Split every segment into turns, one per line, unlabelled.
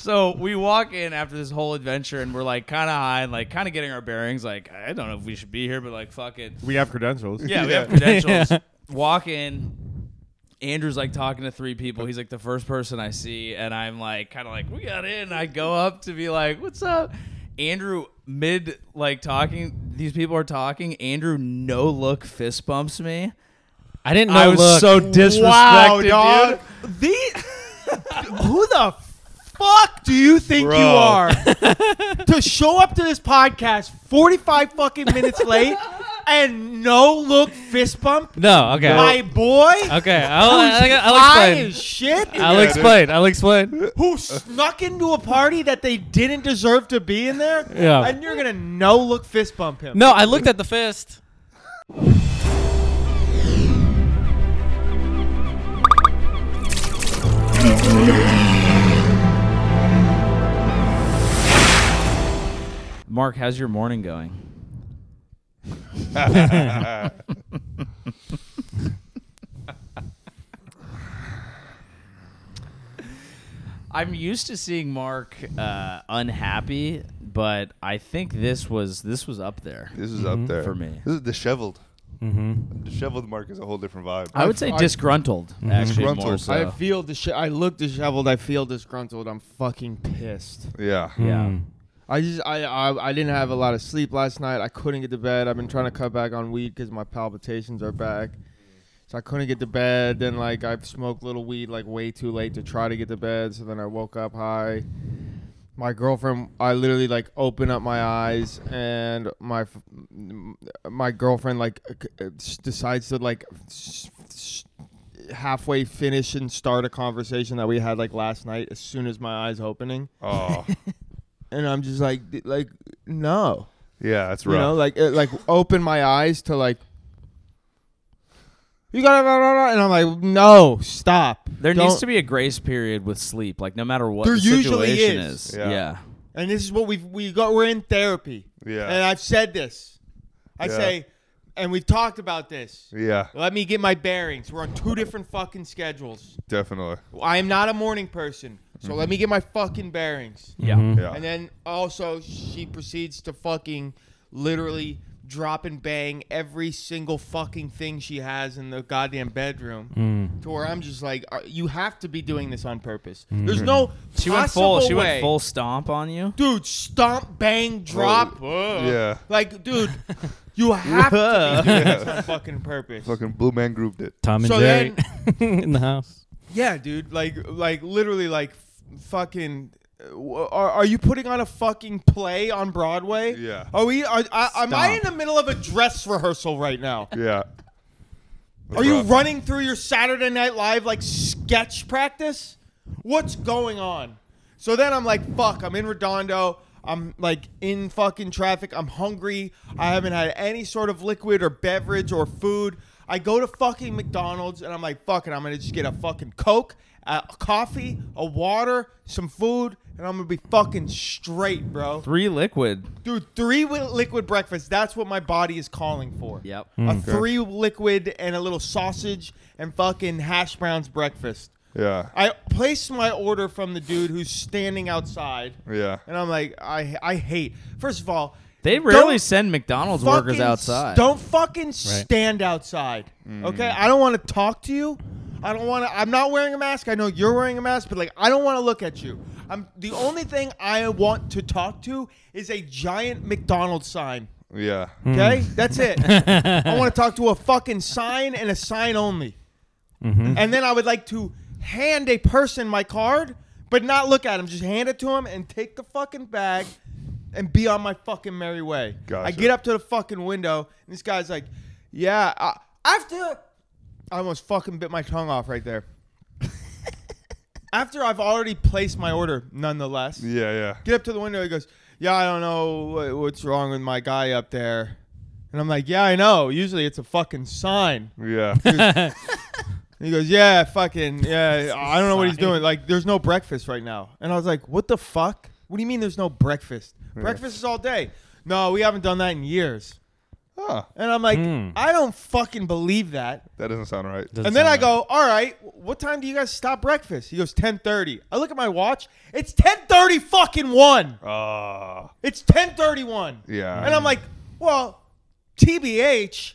So we walk in after this whole adventure, and we're like kind of high, and like kind of getting our bearings. Like I don't know if we should be here, but like fuck it.
We have credentials.
Yeah, we have credentials. Walk in. Andrew's like talking to three people. He's like the first person I see, and I'm like kind of like we got in. I go up to be like, "What's up?" Andrew mid like talking. These people are talking. Andrew no look fist bumps me.
I didn't know.
I was
look.
so disrespected,
Wow, dog.
The who the fuck do you think
Bro.
you are to show up to this podcast 45 fucking minutes late and no look fist bump?
no. Okay.
My boy,
okay. I'll, I'll, I'll
high
explain.
as shit,
I'll explain. I'll explain.
who snuck into a party that they didn't deserve to be in there,
Yeah.
and you're gonna no look fist bump him.
No, I looked at the fist.
Mark, how's your morning going? I'm used to seeing Mark uh, unhappy, but I think this was this was up there.
This is
Mhm.
up there
For me.
This is disheveled.
Mm-hmm.
Disheveled Mark is a whole different vibe.
I would say
I-
disgruntled, actually more
Disgruntled.
so.
I
feel dishe- I look disheveled. I feel disgruntled. I'm fucking pissed.
yeah.
Mm.
Yeah.
I just I, I I didn't have a lot of sleep last night. I couldn't get to bed. I've been trying to cut back on weed because my palpitations are back, so I couldn't get to bed. Then like I've smoked little weed like way too late to try to get to bed. So then I woke up high. My girlfriend, I literally like open up my eyes and my f- m- my girlfriend like c- uh, s- decides to like s- s- halfway finish and start a conversation that we had like last night as soon as my eyes opening
Oh.
and I'm just like, d- like, no,
Yeah, that's
you know,
rough.
like, it, like, open my eyes to like, you gotta, blah, blah, blah," and I'm like, no, stop.
There needs to be a grace period with sleep, like no matter what
There
the
usually
situation
is.
Yeah.
yeah.
and this is what we've we got. We're in therapy, and
Yeah.
I've said this. I
Yeah.
say, and we've talked about this.
Yeah,
Let me get my bearings. We're on two different fucking schedules.
definitely.
I am not a morning person, so let me get my fucking bearings.
Yeah.
Yeah.
And then also she proceeds to fucking literally drop and bang every single fucking thing she has in the goddamn bedroom.
Mm.
To where I'm just like, uh, you have to be doing this on purpose.
Mm.
There's no
She went full. She
possible
went
way.
full stomp on you.
Dude, stomp, bang, drop.
Yeah.
Like, dude, you have to be doing this on fucking purpose.
Fucking Blue Man grouped it.
Tom and
So
Jerry in the house.
Yeah, dude. Like, like literally, like f- fucking. uh, w- Are, are you putting on a fucking play on Broadway?
Yeah.
Are we? Are, I, am I
Stop.
in the middle of a dress rehearsal right now?
Yeah.
are you
rough.
running through your Saturday Night Live like sketch practice? What's going on? So then I'm like, fuck. I'm in Redondo. I'm like in fucking traffic. I'm hungry. I haven't had any sort of liquid or beverage or food. I go to fucking McDonald's and I'm like, fuck it. I'm gonna just get a fucking Coke, a a coffee, a water, some food, and I'm gonna be fucking straight, bro.
Three liquid.
Dude, three wi- liquid breakfast. That's what my body is calling for.
Yep.
A three liquid and a little sausage and fucking hash browns breakfast.
Yeah.
I placed my order from the dude who's standing outside,
Yeah.
and I'm like, I I hate. First of all,
They rarely
Don't
send McDonald's workers
fucking-
outside. Mm.
Don't fucking stand outside. Okay, I don't want to talk to you. I don't want to. I'm not wearing a mask. I know you're wearing a mask, but like, I don't want to look at you. I'm the only thing I want to talk to is a giant McDonald's sign.
Yeah.
Okay, that's it. I want to talk to a fucking sign and a sign only. And then I would like to hand a person my card, but not look at him. Just hand it to him and take the fucking bag and be on my fucking merry way. I
Gotcha.
get up to the fucking window and this guy's like, "Yeah, I, after I almost fucking bit my tongue off right there." after I've already placed my order, nonetheless
Yeah. Yeah.
get up to the window. He goes, "Yeah, I don't know wh- what's wrong with my guy up there." And I'm like, "Yeah, I know. Usually it's a fucking sign."
Yeah.
And he goes, "Yeah, fucking yeah. I don't know what he's doing. Like, there's no breakfast right now." And I was like, "What the fuck? What do you mean there's no breakfast? Breakfast is all day. No, we haven't done that in years."
Huh.
And I'm like,
Hmm.
I don't fucking believe that.
That doesn't sound right.
Doesn't
and then I
sound
go, all right, what time do you guys stop breakfast? He goes, 10.30. I look at my watch. It's 10.30 fucking 1.
Ah.
It's 10.31.
yeah.
And I'm like, well, TBH,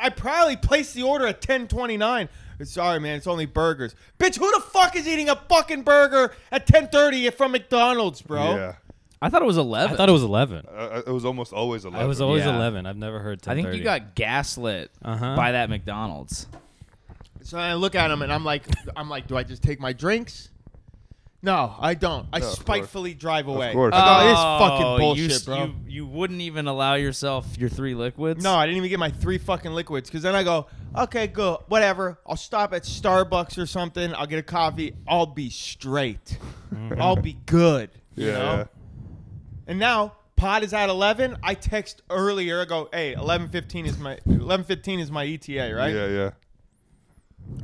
I probably placed the order at 10.29. Sorry, man, it's only burgers. Bitch, who the fuck is eating a fucking burger at 10.30 from McDonald's, bro?
Yeah.
I thought it was
right.
11.
I thought it was 11.
Uh, it was almost always
I
eleven.
was always
Yeah.
11. I've never heard 10
I think you got gaslit
Uh-huh.
by that McDonald's.
So I look at him and I'm like, I'm like, do I just take my drinks? No, I don't. I
No, of
spitefully drive away.
course.
I go, this is
Oh,
fucking bullshit,
you, s-
bro.
You, you wouldn't even allow yourself your three liquids?
No, I didn't even get my three fucking liquids because then I go, okay, good, whatever. I'll stop at Starbucks or something. I'll get a coffee. I'll be straight. I'll be good. You
Mm-hmm. Yeah.
know? And now pod is at eleven. I text earlier. I go, hey, eleven fifteen is my eleven fifteen is my ETA,
yeah.
right?
Yeah. Yeah.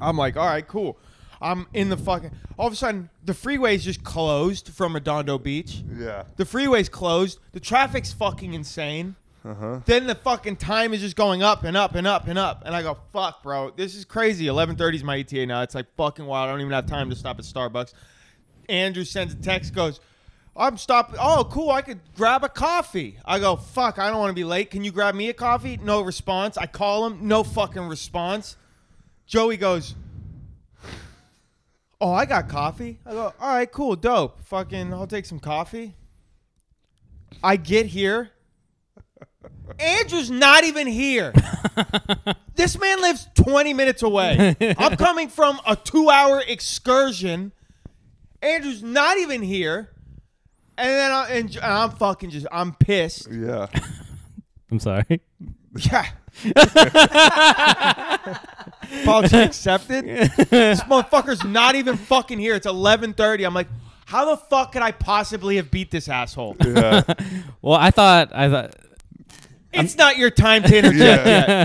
I'm like, all right, cool. I'm in the fucking. All of a sudden, the freeway's just closed from Redondo Beach.
Yeah.
The freeway's closed. The traffic's fucking insane.
Uh huh.
Then the fucking time is just going up and up and up and up. And I go, fuck, bro, this is crazy. 11:30 is my ETA now. It's like fucking wild. I don't even have time to stop at Starbucks. Andrew sends a text, goes, I'm stopping. Oh, cool. I could grab a coffee. I go, fuck, I don't want to be late. Can you grab me a coffee? No response. I call him, no fucking response. Joey goes, Oh, I got coffee. I go, all right, cool, dope. Fucking, I'll take some coffee. I get here. Andrew's not even here. this man lives 20 minutes away. I'm coming from a two hour excursion. Andrew's not even here. And then I, and, and I'm fucking just, I'm pissed.
Yeah.
I'm sorry.
Yeah. Apology accepted. this motherfucker's not even fucking here. It's 11:30. I'm like, how the fuck could I possibly have beat this asshole?
Yeah.
Well, I thought I thought
It's not your time to interject
Yeah.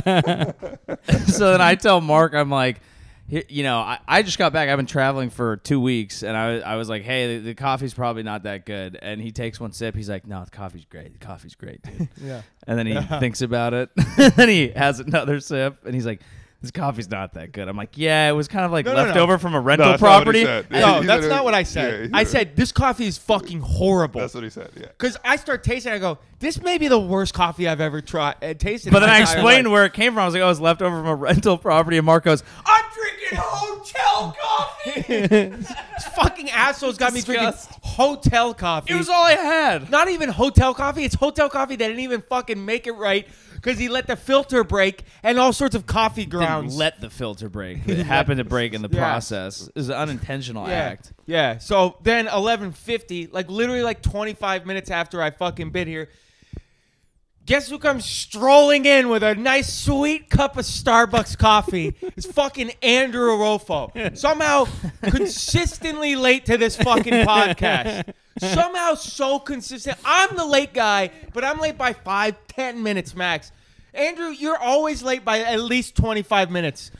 yet.
so then I tell Mark, I'm like, "Here- you know, I, I just got back. I've been traveling for two weeks, and I, I was like, hey, the, the coffee's probably not that good. And he takes one sip. He's like, no, the coffee's great. The coffee's great, dude.
Yeah.
And then he thinks about it. and then he has another sip, and he's like, this coffee's not that good. I'm like, yeah, it was kind of like
No, no, no.
left over from a rental
No, that's not what
property. Oh,
he said.
And-
No,
He
that's
said it-
not what I
yeah,
said.
he
I
said it.
said this coffee is fucking horrible.
That's what he said. Yeah.
Cause I start tasting, I go, this may be the worst coffee I've ever tried uh, tasted.
But then I explained where it came from. I was like, oh, it was left over from a rental property. And Mark goes,
I'm drinking hotel coffee. this fucking asshole's got me
Disgust.
drinking hotel coffee.
it was all I had.
not even hotel coffee. It's hotel coffee that didn't even fucking make it right because he let the filter break and all sorts of coffee
didn't
grounds.
let the filter break. It happened to break in the
Yeah.
process. It was an unintentional
yeah.
act.
Yeah. So then 11:50, like literally like 25 minutes after I fucking bid here, guess who comes strolling in with a nice sweet cup of Starbucks coffee? it's fucking Andrew Arofo. Somehow consistently late to this fucking podcast. Somehow so consistent. I'm the late guy, but I'm late by five, ten minutes max. Andrew, you're always late by at least 25 minutes.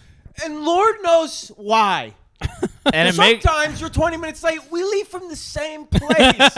And Lord knows why.
And it makes
Sometimes you're 20 minutes late. We leave from the same place.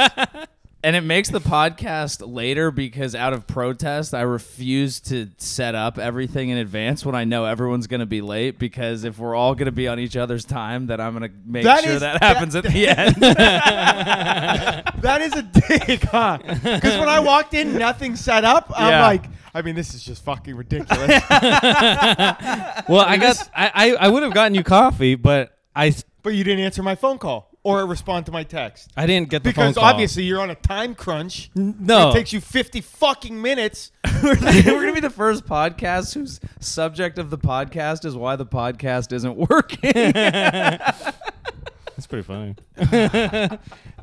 and it makes the podcast later because out of protest, I refuse to set up everything in advance when I know everyone's going to be late. Because if we're all going to be on each other's time, then I'm going to make
That
sure
is-
that happens at the end.
that is a dig, huh? Because when I walked in, nothing set up. I'm
Yeah.
like, I mean, this is just fucking ridiculous.
Well, I guess I I, I would have gotten you coffee, but I s-
but you didn't answer my phone call or respond to my text.
I didn't get the phone
Because
call.
obviously you're on a time crunch.
no.
It takes you 50 fucking minutes.
we're going to be the first podcast whose subject of the podcast is why the podcast isn't working.
That's pretty funny.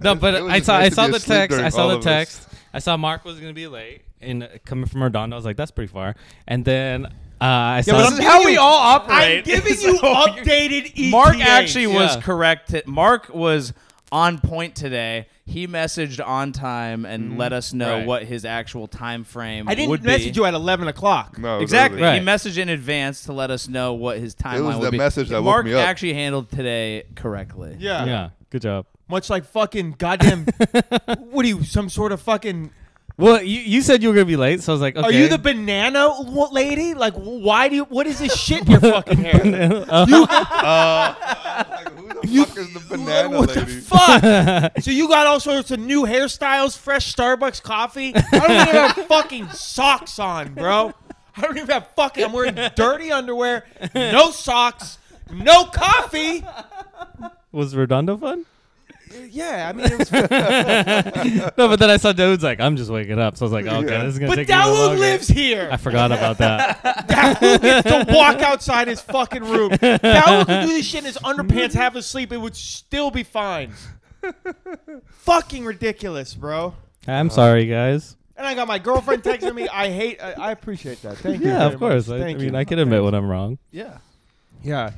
no, but
It was
I
just
saw
nice
I
to
saw
be
the
asleep
text.
during
I saw
all
the
of this.
text. I saw Mark was gonna be late, and uh, coming from Redondo, I was like, "That's pretty far." And then uh, I saw.
but
This
I'm
is how
giving
we
you-
all
I'm
operate.
giving you updated E ETAs.
Mark actually was
Yeah.
correct. t- Mark was on point today. He messaged on time and let us know
Right.
what his actual time frame
I didn't
would
message
be.
you at 11 o'clock.
No. it was
Exactly.
early.
Right.
He messaged in advance to let us know what his timeline
was
would
that
be.
message that woke
Mark
me up.
actually handled today correctly.
Yeah.
yeah, good job.
Much like fucking goddamn. what are you, some sort of fucking
Well, you, you said you were gonna be late, so I was like, okay.
Are you the banana w- lady? Like, wh- why do you? What is this shit in your fucking hair?
Uh,
Like, who the fuck is the banana
what
lady?
the fuck? so you got all sorts of new hairstyles, fresh Starbucks coffee. I don't even have fucking socks on, bro. I don't even have fucking. I'm wearing dirty underwear, no socks, no coffee.
was Redondo fun?
Yeah, I mean, it was,
no, but then I saw dudes like, I'm just waking up, so I was like, okay,
Yeah.
this is gonna
but
take me a little
Dawood
longer.
lives
I
here.
forgot about that.
Dawood gets to walk outside his fucking room. Dawood could do this shit in his underpants, half asleep. It would still be fine. fucking ridiculous, bro.
I'm sorry, guys.
And I got my girlfriend texting me. I hate. I, I appreciate that. Thank you.
Yeah,
very
of course.
much.
I, I
Thank you.
mean, I can admit when I'm wrong.
Yeah.
Yeah.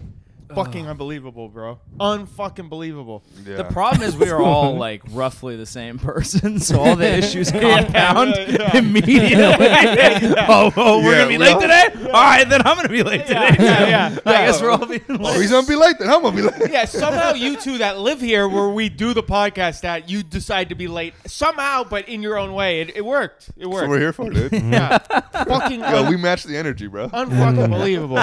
Fucking unbelievable, bro. Unfucking believable.
Yeah.
The problem is we are all like roughly the same person, so all the issues compound
yeah, yeah.
immediately. Oh, oh, we're
Yeah,
gonna be
we
late
all-
today. All right, then I'm gonna be late
Yeah,
today.
yeah, yeah.
I guess we're all being
Oh,
late.
he's gonna be late then. I'm gonna be late.
Yeah, somehow you two that live here where we do the podcast at, you decide to be late. Somehow, but in your own way. It, it worked. It
That's what we're
worked.
here for, dude.
Yeah. fucking
Yo, we match the energy, bro.
Unfucking believable.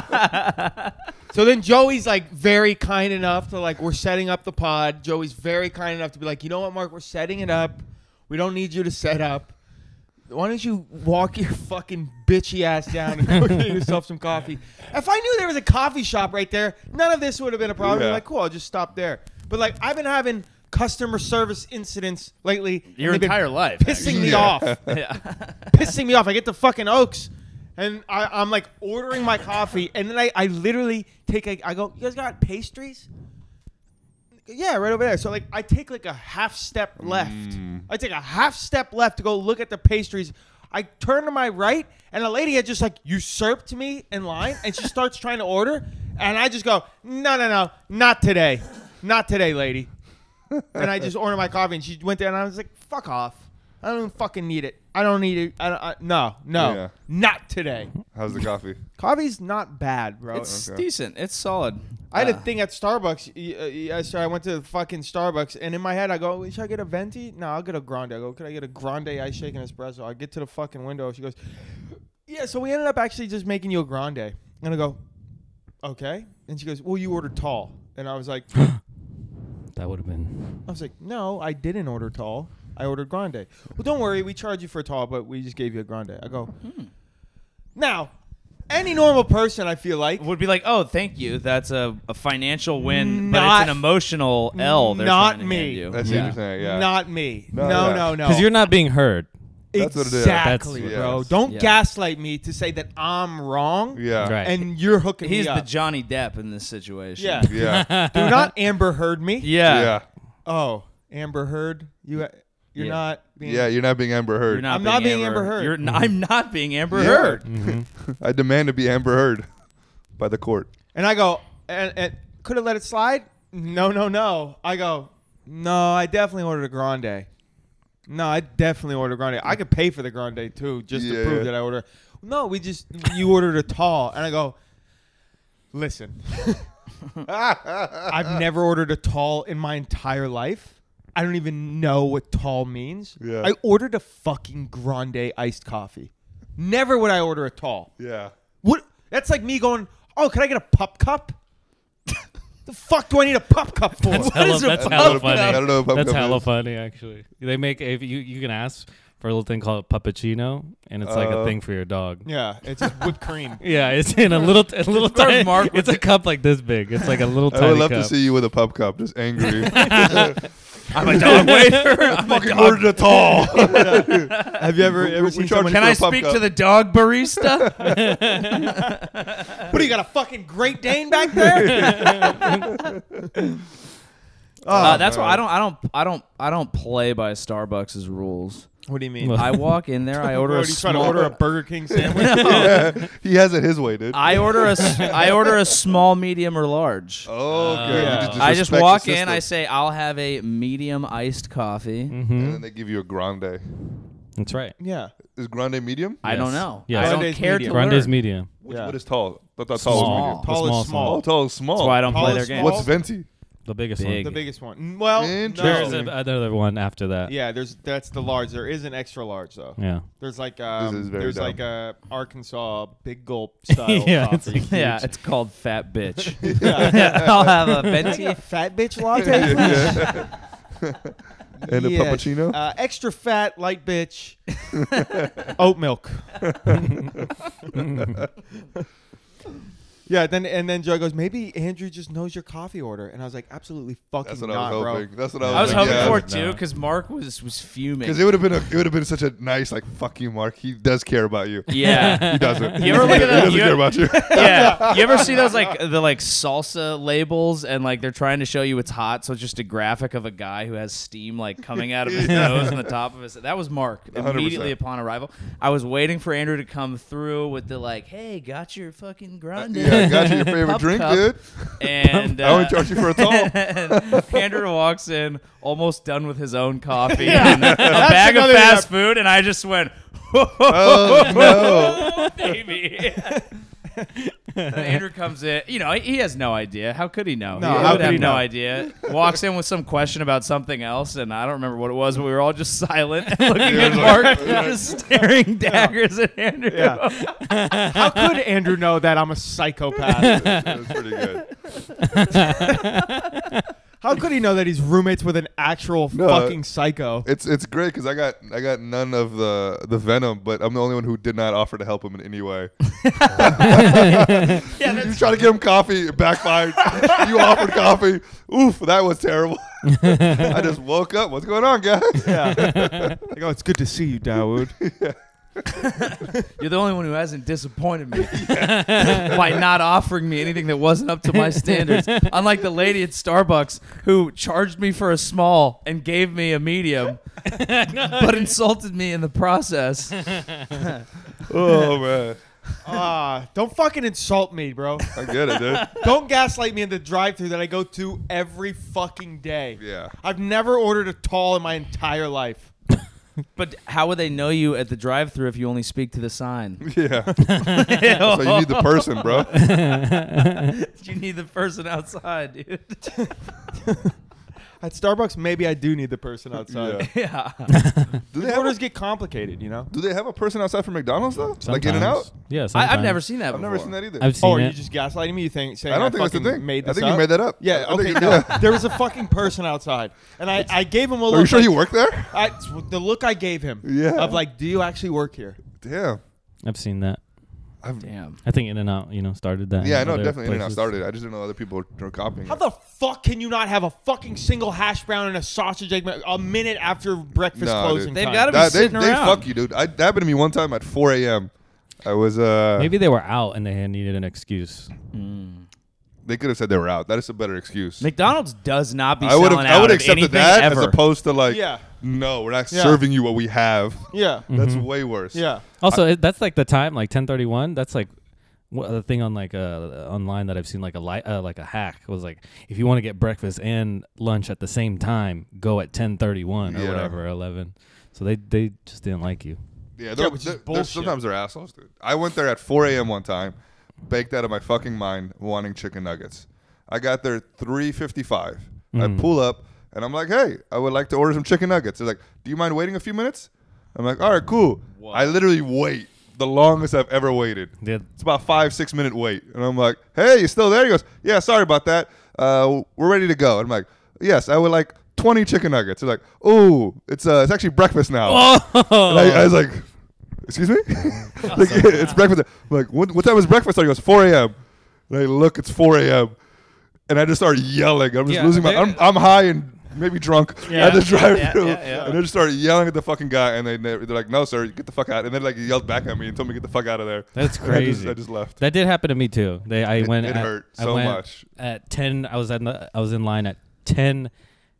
so then Joey's like very kind enough to like we're setting up the pod. Joey's very kind enough to be like, you know what, Mark, we're setting it up. We don't need you to set up. Why don't you walk your fucking bitchy ass down and go get yourself some coffee? If I knew there was a coffee shop right there, none of this would have been a problem.
Yeah.
Like, cool, I'll just stop there. But like, I've been having customer service incidents lately. and
Your
they've been
entire life,
pissing me
Yeah.
off
actually. Yeah.
pissing me off. I get the fucking Oaks, and I, I'm like ordering my coffee, and then I, I literally take like I go, you guys got pastries? Yeah, right over there. So like I take like a half step left. I take a half step left to go look at the pastries. I turn to my right, and a lady had just like usurped me in line, and she starts trying to order, and I just go, no, no, no, not today, not today, lady. and I just ordered my coffee, and she went there, and I was like, "Fuck off! I don't even fucking need it. I don't need it. I don't, I, no, no,
Yeah.
not today.
How's the coffee?
Coffee's not bad, bro.
It's
Okay.
decent. It's solid.
I had a
Uh,
thing at Starbucks. uh, uh, so I went to fucking Starbucks, and in my head, I go, "Should I get a venti? No, I'll get a grande. I go, could I get a grande ice shake and espresso? I get to the fucking window. She goes, "Yeah." So we ended up actually just making you a grande, and I go, "Okay." And she goes, "Well, you ordered tall," and I was like.
That would have been.
I was like, no, I didn't order tall. I ordered grande. Well, don't worry, we charge you for tall, but we just gave you a grande. I go,
Hmm.
now, any normal person, I feel like,
would be like, oh, thank you. That's a, a financial win, but
Not-
it's an emotional L. They're
not
trying to
me.
hand you.
That's
Yeah.
interesting. Yeah.
not me. No,
No, yeah.
no, no.
Because you're not being heard.
That's what it is.
exactly,
That's-
bro.
yes.
Don't
Yeah.
gaslight me to say that I'm wrong
yeah.
Right.
and you're hooking
He's
me
the
up.
Johnny Depp in this situation.
yeah.
Yeah. yeah.
Do not Amber Heard me.
Yeah.
Yeah.
Oh, Amber Heard, you, you're
Yeah.
not being.
You're not being Amber
You're
Heard.
not
I'm not being Amber Heard.
You're n- I'm not being Amber
Yeah.
Heard.
I demand to be Amber Heard by the court.
And I go, and, and could have let it slide? No, no, no. I go, no, I definitely ordered a grande. No, I definitely ordered a grande. I could pay for the grande too, just to
Yeah.
prove that I order. No, we just you ordered a tall, and I go, listen, I've never ordered a tall in my entire life. I don't even know what tall means.
Yeah.
I ordered a fucking grande iced coffee. Never would I order a tall.
Yeah.
What? That's like me going, oh, can I get a pup cup? the fuck do I need a pup cup for?
That's hella,
is a
that's
pub
hella
cup?
funny.
I don't know if I'm
that's
gonna-
hella funny, actually. They make if you you can ask for a little thing called puppuccino, and it's like a
Uh,
thing for your dog.
yeah, it's just whipped cream.
Yeah, it's in a little a little
where
tiny.
Mark
it's a cup like this big. It's like a little
I
tiny
would love
cup.
to see you with a pub cup, just angry.
I'm a dog waiter. I'm a
Fucking
dog-
ordered a tall.
Have you ever
We-
ever
we
seen someone?
charge for
Can
a
I
pub
speak
cup.
to the dog barista?
What do you got a fucking Great Dane back there? Oh,
uh, that's why I don't. I don't. I don't. I don't play by Starbucks' rules.
what do you mean?
Look,
I walk in there. I order
Bro,
a
you trying to
small-
order a Burger King sandwich?
he has it his way, dude.
I order a. s- I order a small, medium, or large.
okay.
Yeah.
You just
I just
disrespect the
walk in. I
system.
say I'll have a medium iced coffee.
Mm-hmm.
And then they give you a grande.
That's right.
yeah.
Is grande medium?
I don't
Yes.
know.
Yes.
I don't
Grande's
care
medium.
to
Grande's
learn.
medium.
Which,
Yeah.
What is tall? I thought that tall was
Small.
medium.
Tall is
The
small.
Oh, tall is small.
That's why I don't
Tall
play
is
their games.
small.
What's venti?
the biggest
Big.
The
one.
biggest one. Well,
Interesting.
There's
no.
a, another one after that.
yeah, there's that's the large. There is an extra large though.
Yeah.
There's like um,
is very
there's
dumb.
like a Arkansas big gulp style
Yeah, it's
coffee.
Yeah, it's called Fat Bitch.
Yeah.
I'll have a venti.
fat bitch latte. please?
and a
Yes.
puppuccino.
Uh, extra fat light bitch. Oat milk. yeah, then and then Joe goes, maybe Andrew just knows your coffee order, and I was like, absolutely fucking
That's what
not,
I was
bro.
hoping. That's what I was,
I was
like,
hoping
yeah.
for it
No.
too, because Mark was was fuming.
Because it would have been a, it would have been such a nice like fuck you, Mark. He does care about you.
yeah.
He doesn't.
You ever look
he
at a-
doesn't
you-
care about you.
yeah. You ever see those like the like salsa labels and like they're trying to show you it's hot, so it's just a graphic of a guy who has steam like coming out of his nose and the top of his. That was Mark
100%.
immediately upon arrival. I was waiting for Andrew to come through with the like, "Hey, got your fucking grande."
yeah, got you your favorite
Pup
drink,
cup.
dude.
And
I
uh,
won't charge you for a tall.
and Andrew walks in, almost done with his own coffee, and a bag of
another
fast food, and I just went,
oh no!
baby. And Andrew comes in. You know, he- he has no idea. How could he know?
No,
he
how
would
could
have
he
no
know?
idea. Walks in with some question about something else, and I don't remember what it was, but we were all just silent, looking at
it was
Mark,
like- yeah.
just staring daggers at Andrew.
Yeah. How could Andrew know that I'm a psychopath?
That was pretty good.
How could he know that he's roommates with an actual
No, uh,
fucking psycho?
It's it's great because I got I got none of the the venom, but I'm the only one who did not offer to help him in any way.
Yeah,
You
that's-
try to get him coffee, it backfired. you offered coffee. Oof, that was terrible. I just woke up. What's going on, guys?
Yeah. like, oh, it's good to see you, Dawood.
You're the only one who hasn't disappointed me by not offering me anything that wasn't up to my standards. Unlike the lady at Starbucks who charged me for a small and gave me a medium, but insulted me in the process.
Oh man,
Ah, don't fucking insult me, bro.
I get it, dude.
Don't gaslight me in the drive-thru that I go to every fucking day.
Yeah.
I've never ordered a tall in my entire life.
But how would they know you at the drive-through if you only speak to the sign?
Yeah. So you need the person, bro.
You need the person outside, dude.
At Starbucks, maybe I do need the person outside.
Yeah.
yeah.
Do
The
they have
orders
a,
get complicated, you know.
do they have a person outside for McDonald's though? Like In and Out?
Yeah,
I, I've
sometimes.
never seen that.
I've never seen that either.
I've seen
Oh, are
it.
you just gaslighting me? You think saying
I don't
I
think that's the
fucking
thing.
Made
I
this
think you
up?
made that up.
Yeah.
I
Okay.
think-
no.
yeah.
There was a fucking person outside, and I, I gave him a look.
Are you sure
like-
you work there?
I, the look I gave him.
Yeah.
Of like, do you actually work here?
Damn.
I've seen that.
I've,
Damn.
I think In and Out, you know, started that.
Yeah, I
and
know
other
definitely In and Out
places.
started. I just didn't know other people were copying.
How
it.
the fuck can you not have a fucking single hash brown and a sausage egg ma- a minute after breakfast
Nah, dude.
closing
They've
time?
gotta be
That- they,
sitting
they
around.
fuck you, dude. I, that happened to me one time at 4 a.m. I was uh,
Maybe they were out and they had needed an excuse.
they could have said they were out. That is a better excuse.
McDonald's does not be
I would have
selling
I
out
would
of
have accepted
anything
that
ever.
as opposed to like
Yeah.
no, we're not
Yeah.
serving you what we have.
Mm-hmm.
Yeah.
Mm.
That's way worse.
Yeah.
Also, it, that's like the time, like ten thirty one. That's like what the thing on like uh online that I've seen like a li- uh, like a hack was like if you want to get breakfast and lunch at the same time, go at ten thirty one or
Yeah.
whatever eleven. So they they just didn't like you.
Yeah, they're,
which is
they're- they're-
bullshit.
sometimes they're assholes, dude. I went there at 4 a.m. one time, baked out of my fucking mind, wanting chicken nuggets. I got there 3:55.
Mm.
I pull up and I'm like, "Hey, I would like to order some chicken nuggets." They're like, "Do you mind waiting a few minutes?" I'm like, "All right, cool." I literally wait the longest I've ever waited.
Yeah.
It's about five, six minute wait, and I'm like, "Hey, you still there?" He goes, "Yeah, sorry about that. Uh, we're ready to go." And I'm like, "Yes, I would like 20 chicken nuggets." They're like, "Oh, it's uh, it's actually breakfast now."
Oh.
And I, I was like, "Excuse me?" like, it's breakfast. I'm like, what, what time is breakfast? And he goes, "4 a.m." And I look, it's 4 a.m. And I just start yelling. I'm just
Yeah,
losing my.
they-
I'm, I'm high and maybe drunk
Yeah.
at the drive through,
Yeah, yeah, yeah.
and I just started yelling at the fucking guy. And they never, they're like, "No, sir, get the fuck out!" And they like yelled back at me and told me, "Get the fuck out of there."
That's
And I just-
crazy.
I just left.
That did happen to me too. They I
It-
went.
it
at-
hurt
I
so
went
much.
At ten, I was at the, I was in line at ten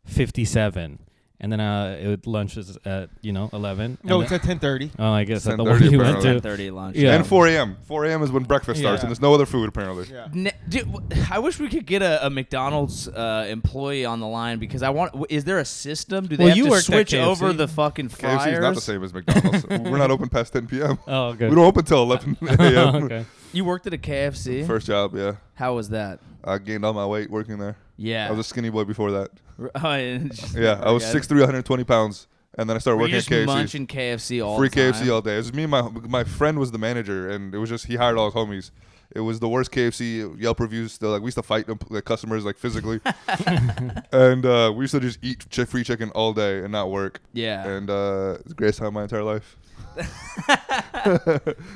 fifty seven, and then uh, it would, lunch was at you know eleven.
No,
and
it's
then-
at ten thirty.
oh, I guess at the
10:30
one you went
apparently.
to.
10:30 lunch.
Yeah.
And 4 a.m. 4 a.m. is when breakfast starts,
Yeah.
and there's no other food apparently.
Yeah.
Ne- dude, w- I wish we could get a, a McDonald's uh, employee on the line because I want. w- Is there a system? Do they
Well,
have
you
to
worked at
switch
KFC.
over the fucking
KFC
fryers?
is not the same as McDonald's. We're not open past 10 p.m.
Oh,
We
good.
don't open till 11 a.m.
okay.
You worked at a KFC.
First job, yeah.
How was that?
I gained all my weight working there.
Yeah. Oh,
I was a skinny boy before that. Yeah,
yeah,
I was 6'3", 120 pounds, and then I started
Were you
working
just
at KFC.
munching KFC all
free
the time?
KFC all day. It was me and my my friend was the manager, and it was just he hired all his homies. It was the worst KFC Yelp reviews. They're like we used to fight them, the customers like physically, and uh, we used to just eat ch- free chicken all day and not work.
Yeah.
and uh, it's the greatest time of my entire life.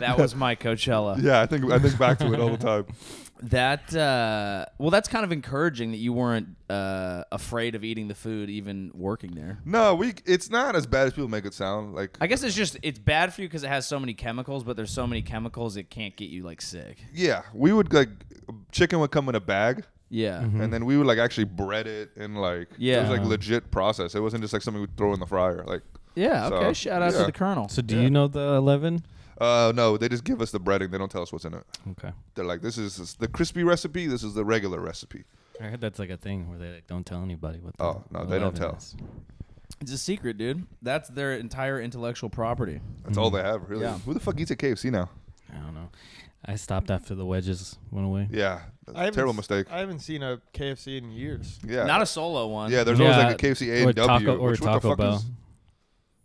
That was my Coachella.
Yeah, I think I think back to it all the time.
That uh, well, that's kind of encouraging that you weren't uh, afraid of eating the food, even working there.
No, we it's not as bad as people make it sound. Like
I guess it's just it's bad for you because it has so many chemicals, but there's so many chemicals it can't get you like sick.
yeah, we would like chicken would come in a bag.
Yeah,
Mm-hmm.
And then we would like actually bread it and like it
Hmm. Yeah.
was like legit process. It wasn't just like something we'd throw in the fryer. Like
yeah.
So,
Okay, shout out to
yeah.
the Colonel.
So do you know the eleven?
Uh, no, they just give us the breading. They don't tell us what's in it.
Okay.
They're like, this is this- the crispy recipe. This is the regular recipe.
I heard that's like a thing where they like, don't tell anybody what. The
Oh, no, they don't
11
tell.
is.
It's a secret, dude. That's their entire intellectual property.
That's all they have, really.
Yeah.
Who the fuck eats at KFC now?
I don't know. I stopped after the wedges went away.
Yeah, that's
I
a
haven't
terrible
s-
mistake.
I haven't seen a KFC in years.
yeah,
Not a solo one.
yeah. There's always like a KFC A
or
and W.
Taco, or
which, what the
Taco
fuck
Bell.
is-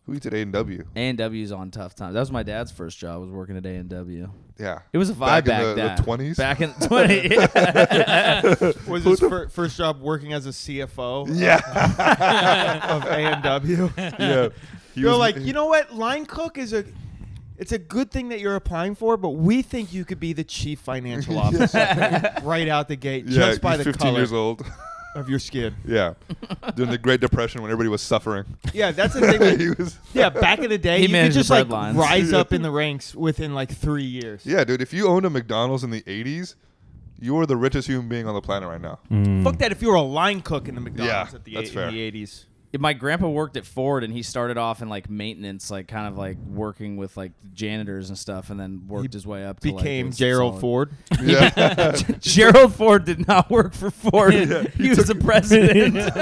who eats at A and W?
A and W's on tough times. That was my dad's first job. Was working at A and W.
Yeah,
It was a vibe
Back
back,
in the- the
then.
20s?
Back in the 20s. yeah.
Was his fir- first job working as a CFO
yeah,
of A&W?
yeah. He
You're
was-
like, you know what? Line cook is a. It's a good thing that you're applying for, but we think you could be the chief financial officer right out the gate
yeah,
just by
he's
the
15
color
years old.
of your skin.
yeah, during the Great Depression when everybody was suffering.
Yeah, that's the thing. that-
he was.
yeah, back in the day,
He
you could
managed the
just like
bread lines.
rise up in the ranks within like three years.
Yeah, dude. If you owned a McDonald's in the 80s, you are the richest human being on the planet right now.
Mm.
Hmm.
Fuck that if you were a line cook in the McDonald's
Yeah,
at the,
that's
eight,
fair.
in the 80s.
My grandpa worked at Ford and he started off in like maintenance, like kind of like working with like janitors and stuff and then worked his way up to like,
Became
his
Gerald
solid-
Ford.
Yeah.
Gerald Ford did not work for Ford. he was the president.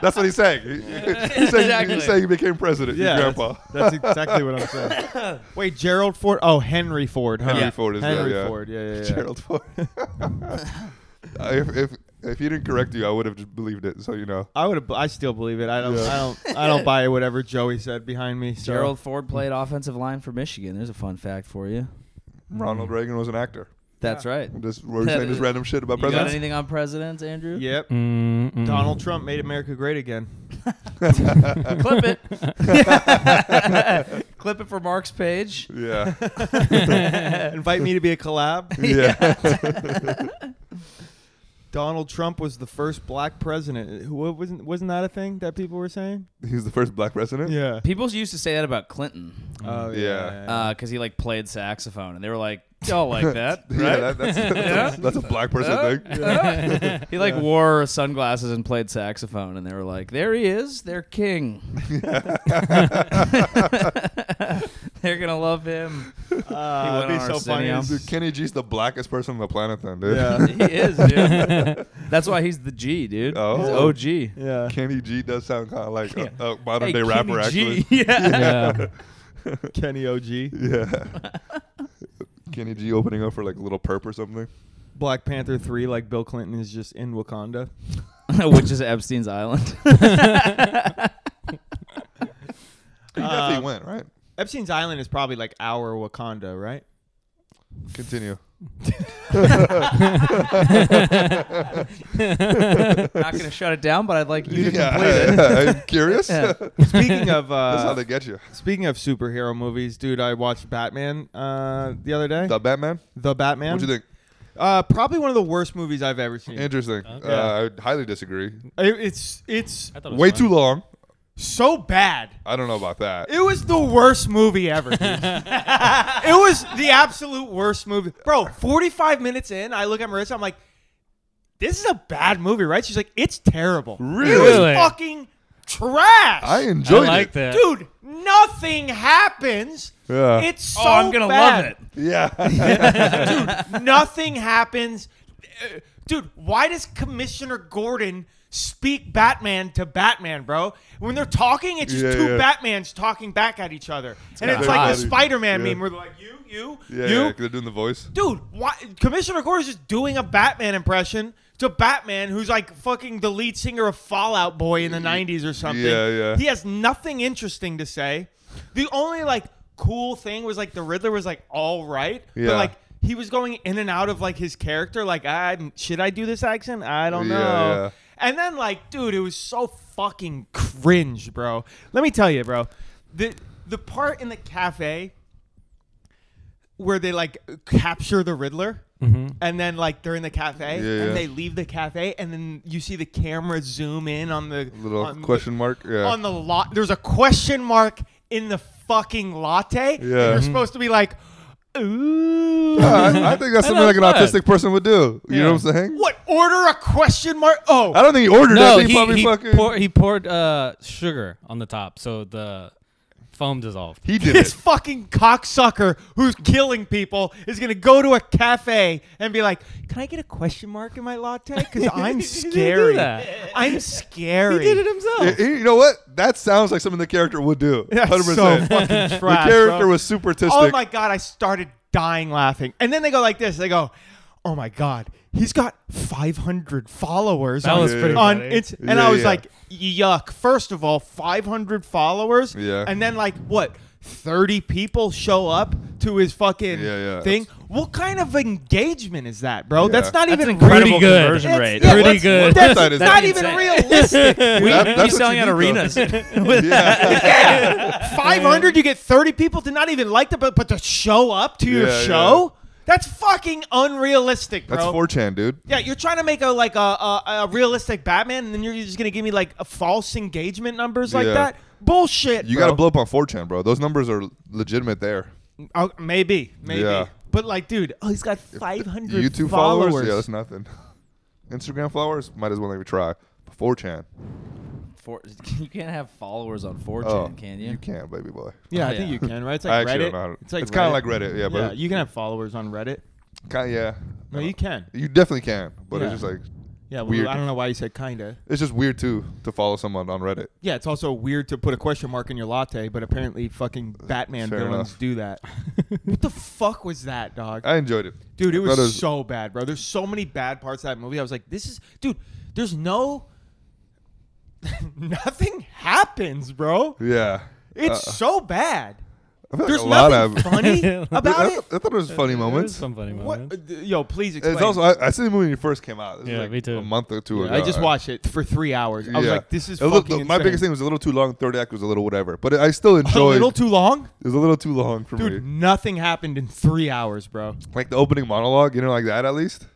That's what he's saying. He- he's, saying
Exactly.
he's saying he became president, your
Yeah,
grandpa.
That's exactly what I'm saying.
Wait, Gerald Ford? Oh, Henry Ford. Huh?
Henry
Yeah.
Ford is
Henry
there, yeah.
Ford, yeah, yeah, yeah.
Gerald Ford. I- if, if if he didn't correct you, I would have just believed it. So you know,
I would. I still believe it. I don't.
Yeah.
I don't. I don't buy whatever Joey said behind me. So.
Gerald Ford played offensive line for Michigan. There's a fun fact for you.
Ronald Reagan was an actor.
That's right.
Just we're saying this random shit about
You got
presidents.
anything on presidents, Andrew?
Yep.
Mm, mm.
Donald Trump made America great again.
Clip it. Clip it for Mark's page.
Yeah,
Invite me to be a collab.
yeah.
Donald Trump was the first black president. Who what wasn't? Wasn't that a thing that people were saying?
he was the first black president.
Yeah.
People used to say that about Clinton.
Oh
Mm. Yeah.
because he like played saxophone, and they were like, "Y'all like that,
Yeah,
right?"
that, that's, that's, that's a black person thing.
he like wore sunglasses and played saxophone, and they were like, "There he is, their king. They're gonna love him.
Uh,
He went
it'd be
on
so funny.
Arsenio.
Dude, Kenny G's the blackest person on the planet, then, dude.
Yeah.
He is, dude. That's why he's the G, dude.
Oh.
He's OG.
yeah.
Kenny G does sound kind of like
Yeah.
a, a modern
Hey,
day rapper,
Kenny G.
actually.
Yeah.
Yeah.
Kenny OG.
Yeah. Kenny G opening up for like Little Perp or something.
Black Panther three, like Bill Clinton, is just in Wakanda.
which is Epstein's Island.
He definitely went, right?
Epstein's Island is probably like our Wakanda, right?
Continue.
Not gonna shut it down, but I'd like you to complete it.
yeah, I'm curious.
Yeah.
Speaking of
That's how
uh,
they get you.
speaking of superhero movies, dude, I watched Batman uh, the other day.
The Batman.
The Batman.
What do you think?
Uh, probably one of the worst movies I've ever seen. It,
Interesting.
Okay.
Uh, I highly disagree.
it's it's
I thought it was
Way
fun.
too long.
So bad.
I don't know about that.
It was the worst movie ever. dude. it was the absolute worst movie. Bro, 45 minutes in, I look at Marissa, I'm like, this is a bad movie, right? She's like, it's terrible. It was
Really?
fucking trash.
I
I
enjoyed
like
it.
that.
Dude, nothing happens.
Yeah.
It's so
Oh, I'm gonna
bad.
love it.
yeah.
Dude, nothing happens. Uh, Dude, why does Commissioner Gordon speak Batman to Batman, bro? When they're talking, it's just
Yeah,
two
yeah.
Batmans talking back at each other. and
kinda
it's like the
odd.
Spider-Man
Yeah.
meme where they're like, you, you,
Yeah,
you.
yeah, they're doing the voice.
Dude, why, Commissioner Gordon's just doing a Batman impression to Batman, who's like fucking the lead singer of Fallout Boy in the '90s or something.
Yeah, yeah.
He has nothing interesting to say. The only like cool thing was like the Riddler was like all right,
Yeah.
but like he was going in and out of like his character. Like, I should I do this accent? I don't
Yeah,
know.
yeah.
And then like, dude, it was so fucking cringe, bro. Let me tell you, bro. The the part in the cafe where they like capture the Riddler.
Mm-hmm.
And then, like, they're in the cafe,
Yeah, yeah.
and they leave the cafe, and then you see the camera zoom in on the
Little
on the-
question mark. Yeah.
on the lot. There's a question mark in the fucking latte. and
Yeah.
Mm-hmm.
you're supposed to be like, ooh.
Yeah, I, I think that's something like an
not bad.
autistic person would do. You know what I'm saying?
What order a question mark? Oh,
I don't think he ordered
No,
that. He,
he,
probably
he,
fucking.
pour, he poured uh, sugar on the top, so the foam dissolved.
he did
this
it.
fucking cocksucker who's killing people is gonna go to a cafe and be like, "Can I get a question mark in my latte? Because I'm scary.
that.
I'm scary."
He did it himself.
He- he- you know what? That sounds like something the character would do.
That's
100%.
so fucking
the
trash,
character
bro.
was super autistic.
Oh my god, I started dying laughing. And then they go like this. They go, "Oh my god, he's got 500 followers
That
on,
was
pretty
on
funny.
Inst- And
Yeah,
I was
yeah.
like, "Yuck." First of all, 500 followers.
Yeah.
And then like what? 30 people show up to his fucking
Yeah, yeah.
thing. What kind of engagement is that, bro?
Yeah.
That's not
That's
even
incredible
Pretty good.
conversion
That's-
rate.
yeah,
Pretty
that's-
good.
That's,
Website is
not
insane.
even realistic.
We,
That- that's
he's
what
selling
you
out
need, though.
arenas.
Yeah.
Yeah. 500, you get 30 people to not even like the, but, but to show up to your
Yeah,
show? That's fucking unrealistic, bro.
That's 4chan, dude.
yeah, you're trying to make a like a, a, a realistic Batman, and then you're just gonna give me like a false engagement numbers like
Yeah.
that. Bullshit.
You
bro.
got to blow up on 4chan, bro. Those numbers are legitimate there.
Oh, maybe, maybe.
Yeah.
But like, dude, oh, he's got 500
YouTube followers?
followers.
Yeah, that's nothing. Instagram followers? Might as well even try. 4chan.
Four, you can't have followers on 4chan,
Oh,
can you?
You can, baby boy.
Oh, Yeah, I
Yeah.
think you can, right? It's
I
like
actually
Reddit.
don't know. how to-
It's like
it's kind of like Reddit, yeah,
Yeah,
but
you can have followers on Reddit.
Kind yeah.
No, you can.
You definitely can, but
Yeah.
it's just like
Yeah, well,
Weird.
I don't know why you said kinda.
it's just weird too to follow someone on Reddit.
Yeah, it's also weird to put a question mark in your latte, but apparently fucking Batman
Uh, Fair
villains
enough.
do that. what the fuck was that, dog?
I enjoyed it,
dude, it
I
was
thought
so bad, bro. There's so many bad parts of that movie. I was like, this is dude, there's no nothing happens, bro.
yeah.
It's
Uh,
so bad.
I feel like
There's
a lot
nothing
of
funny about
I,
it.
thought- I thought it was funny
There was
moments.
Some funny
What?
moments.
uh, d- Yo, please explain.
It's also I, oh I seen the movie when it first came out. This was
Yeah,
like
me too.
A month or two
Yeah,
ago.
I just watched it for three hours. I was like, this is
A little-
fucking
my biggest
insane.
thing was a little too long. Third act was a little whatever, but I still
A
enjoyed.
little too long,
it was a little too long for
dude.
me.
Nothing happened in three hours, bro.
Like the opening monologue, you know, like that at least.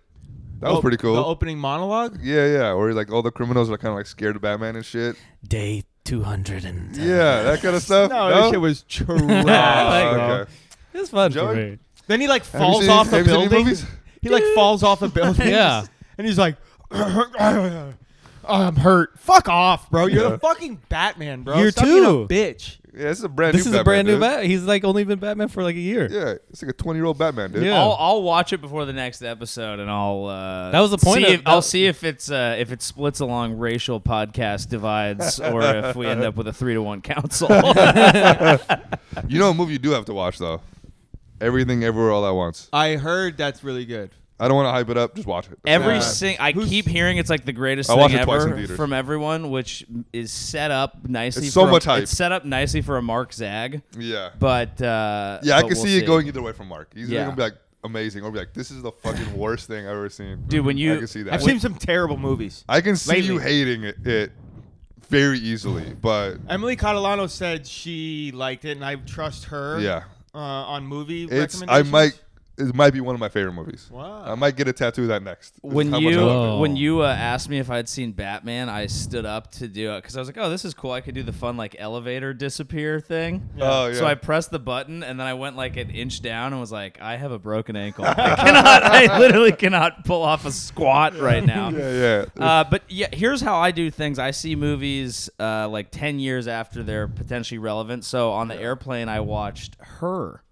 That was
Oh,
pretty cool.
The opening monologue.
yeah, yeah, where like all the criminals are kind of like scared of Batman and shit.
Day two hundred and
Yeah, that kind of stuff.
No, that shit was trash.
Like,
bro.
Oh, okay.
It's fun for
Joey?
me.
Then he like
you
falls
seen-
off
have
a
you seen any
building.
movies?
He like falls off a building.
Yeah.
and he's like, "Oh, I'm hurt. Fuck off, bro. You're
Yeah.
the fucking Batman, bro.
You're
Stop being a
too.
bitch.
Yeah, this is a brand
This
new.
is a brand new
Batman.
Batman. He's like only been Batman for like a year.
dude. Yeah, it's like a twenty-year-old Batman, dude.
Yeah.
I'll, I'll watch it before the next episode, and I'll. Uh,
That was the point
See
of-
if, I'll
that-
see if it's uh, if it splits along racial podcast divides, or if we end up with a three to one council.
You know, a movie you do have to watch though. Everything, everywhere, all at once.
I heard that's really good.
I don't want to hype it up. Just watch it.
Every
Yeah.
sing, I
Who's-
keep hearing it's like the greatest
I
thing
watched it twice in
ever
theaters.
from everyone, which is set up nicely.
It's so
for
much
a,
hype.
It's set up nicely for a Mark Zag,
yeah,
but uh,
yeah, I
but
can
we'll
see it going either way from Mark. He's either
Yeah.
gonna be like amazing, or be like, this is the fucking worst thing I've ever seen.
Dude, when you-
I can see that.
I've seen some terrible movies.
I can see you
lately.
hating it, it very easily, but
Emily Catalano said she liked it, and I trust her.
yeah,
Uh, on movie
it's I
recommendations.
might. It might be one of my favorite movies.
Wow.
I might get a tattoo of that next. This is
When
how much I
you
love
it.
when you uh, asked me if I'd seen Batman, I stood up to do it because I was like, "Oh, this is cool! I could do the fun like elevator disappear thing."
it. Oh, yeah.
So I pressed the button and then I went like an inch down and was like, "I have a broken ankle. I cannot. I literally cannot pull off a squat right now."
yeah, yeah.
Uh, but yeah, here's how I do things. I see movies uh, like ten years after they're potentially relevant. So on the airplane, I watched Her.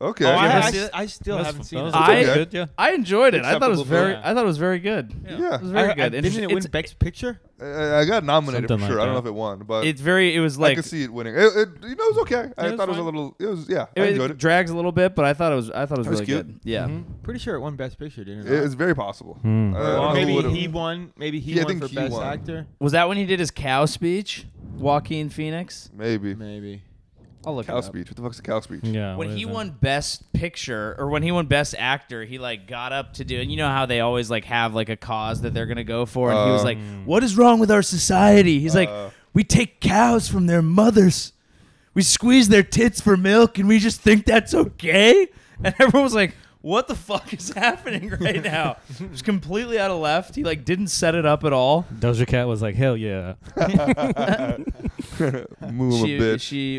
Okay.
Oh, I,
ever
I-
see it?
I still
That's-
haven't
that
seen
was
it.
I-
pretty good, yeah.
I enjoyed it. I thought it was
Acceptable
very.
for
I thought it was very good.
yeah.
It was
I,
very
I,
good.
didn't it win
it's,
Beck's picture?
I, I got nominated
Something
for sure.
like
I don't know if
that.
it won, but
it's very. It was
I
like
could see it winning. It, it, you know, it was okay. I
It was
thought it was
fine.
a little. It was yeah. I
it,
enjoyed it.
drags a little bit, but I thought it was. I thought it was
It was
really
cute.
good. Yeah.
Pretty sure it won Best Picture, didn't it?
It's very possible.
Hmm.
I
Or
don't know uh, who
maybe
would've-
he won. Maybe he
Yeah, I
won
think
for
he
Best
won.
Actor.
Was that when he did his cow speech, Joaquin Phoenix?
Maybe.
Maybe.
I'll look.
Cow
it up.
speech. What the fuck's a cow speech?
Yeah.
when
what
he
is that?
won best picture or when he won best actor he like got up to do and you know how they always like have like a cause that they're gonna go for and he was
Uh.
like what is wrong with our society he's
Uh.
like we take cows from their mothers we squeeze their tits for milk and we just think that's okay and everyone was like what the fuck is happening right now it was completely out of left he like didn't set it up at all
Doja Cat was like, hell yeah.
Move a
she,
bitch.
she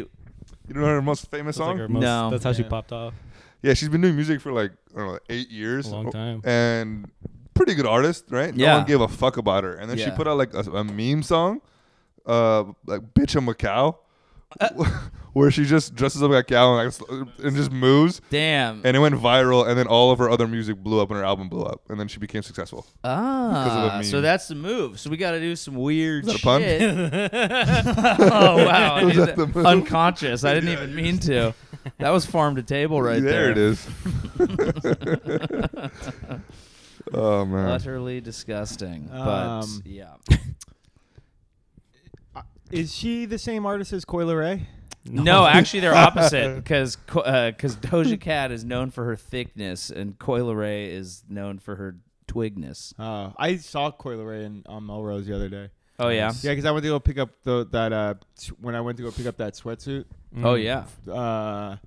you know her most famous
That's, like
song?
her most,
No.
that's how she
Yeah.
popped off.
yeah, she's been doing music for like I don't know, eight years.
A
Oh,
long time.
And pretty good artist, right? No
Yeah.
one gave a fuck about her. And then she
Yeah.
put out like a, a meme song, uh, like "Bitch I'm a Cow,"
Uh.
where she just dresses up like a cow and like and just moves.
damn
Mm-hmm. And it went viral, and then all of her other music blew up, and her album blew up, and then she became successful. of a
Ah,
meme.
so that's the move. So we got to do some weird
that a pun?
shit. oh wow! I
Was
did
that
that.
the move?
Unconscious. I didn't even mean to. That was farm to table right there.
there, it is. oh man,
Utterly disgusting.
Um,
but yeah,
Is she the same artist as Coil Ray?
no, actually they're opposite because because Doja Cat is known for her thickness and Coil Ray is known for her twigness.
Uh, I saw Coil Ray in on Melrose the other day.
Oh yeah.
Yeah, because I went to go pick up the that uh s- when I went to go pick up that sweatsuit.
Oh
Mm.
yeah.
Uh,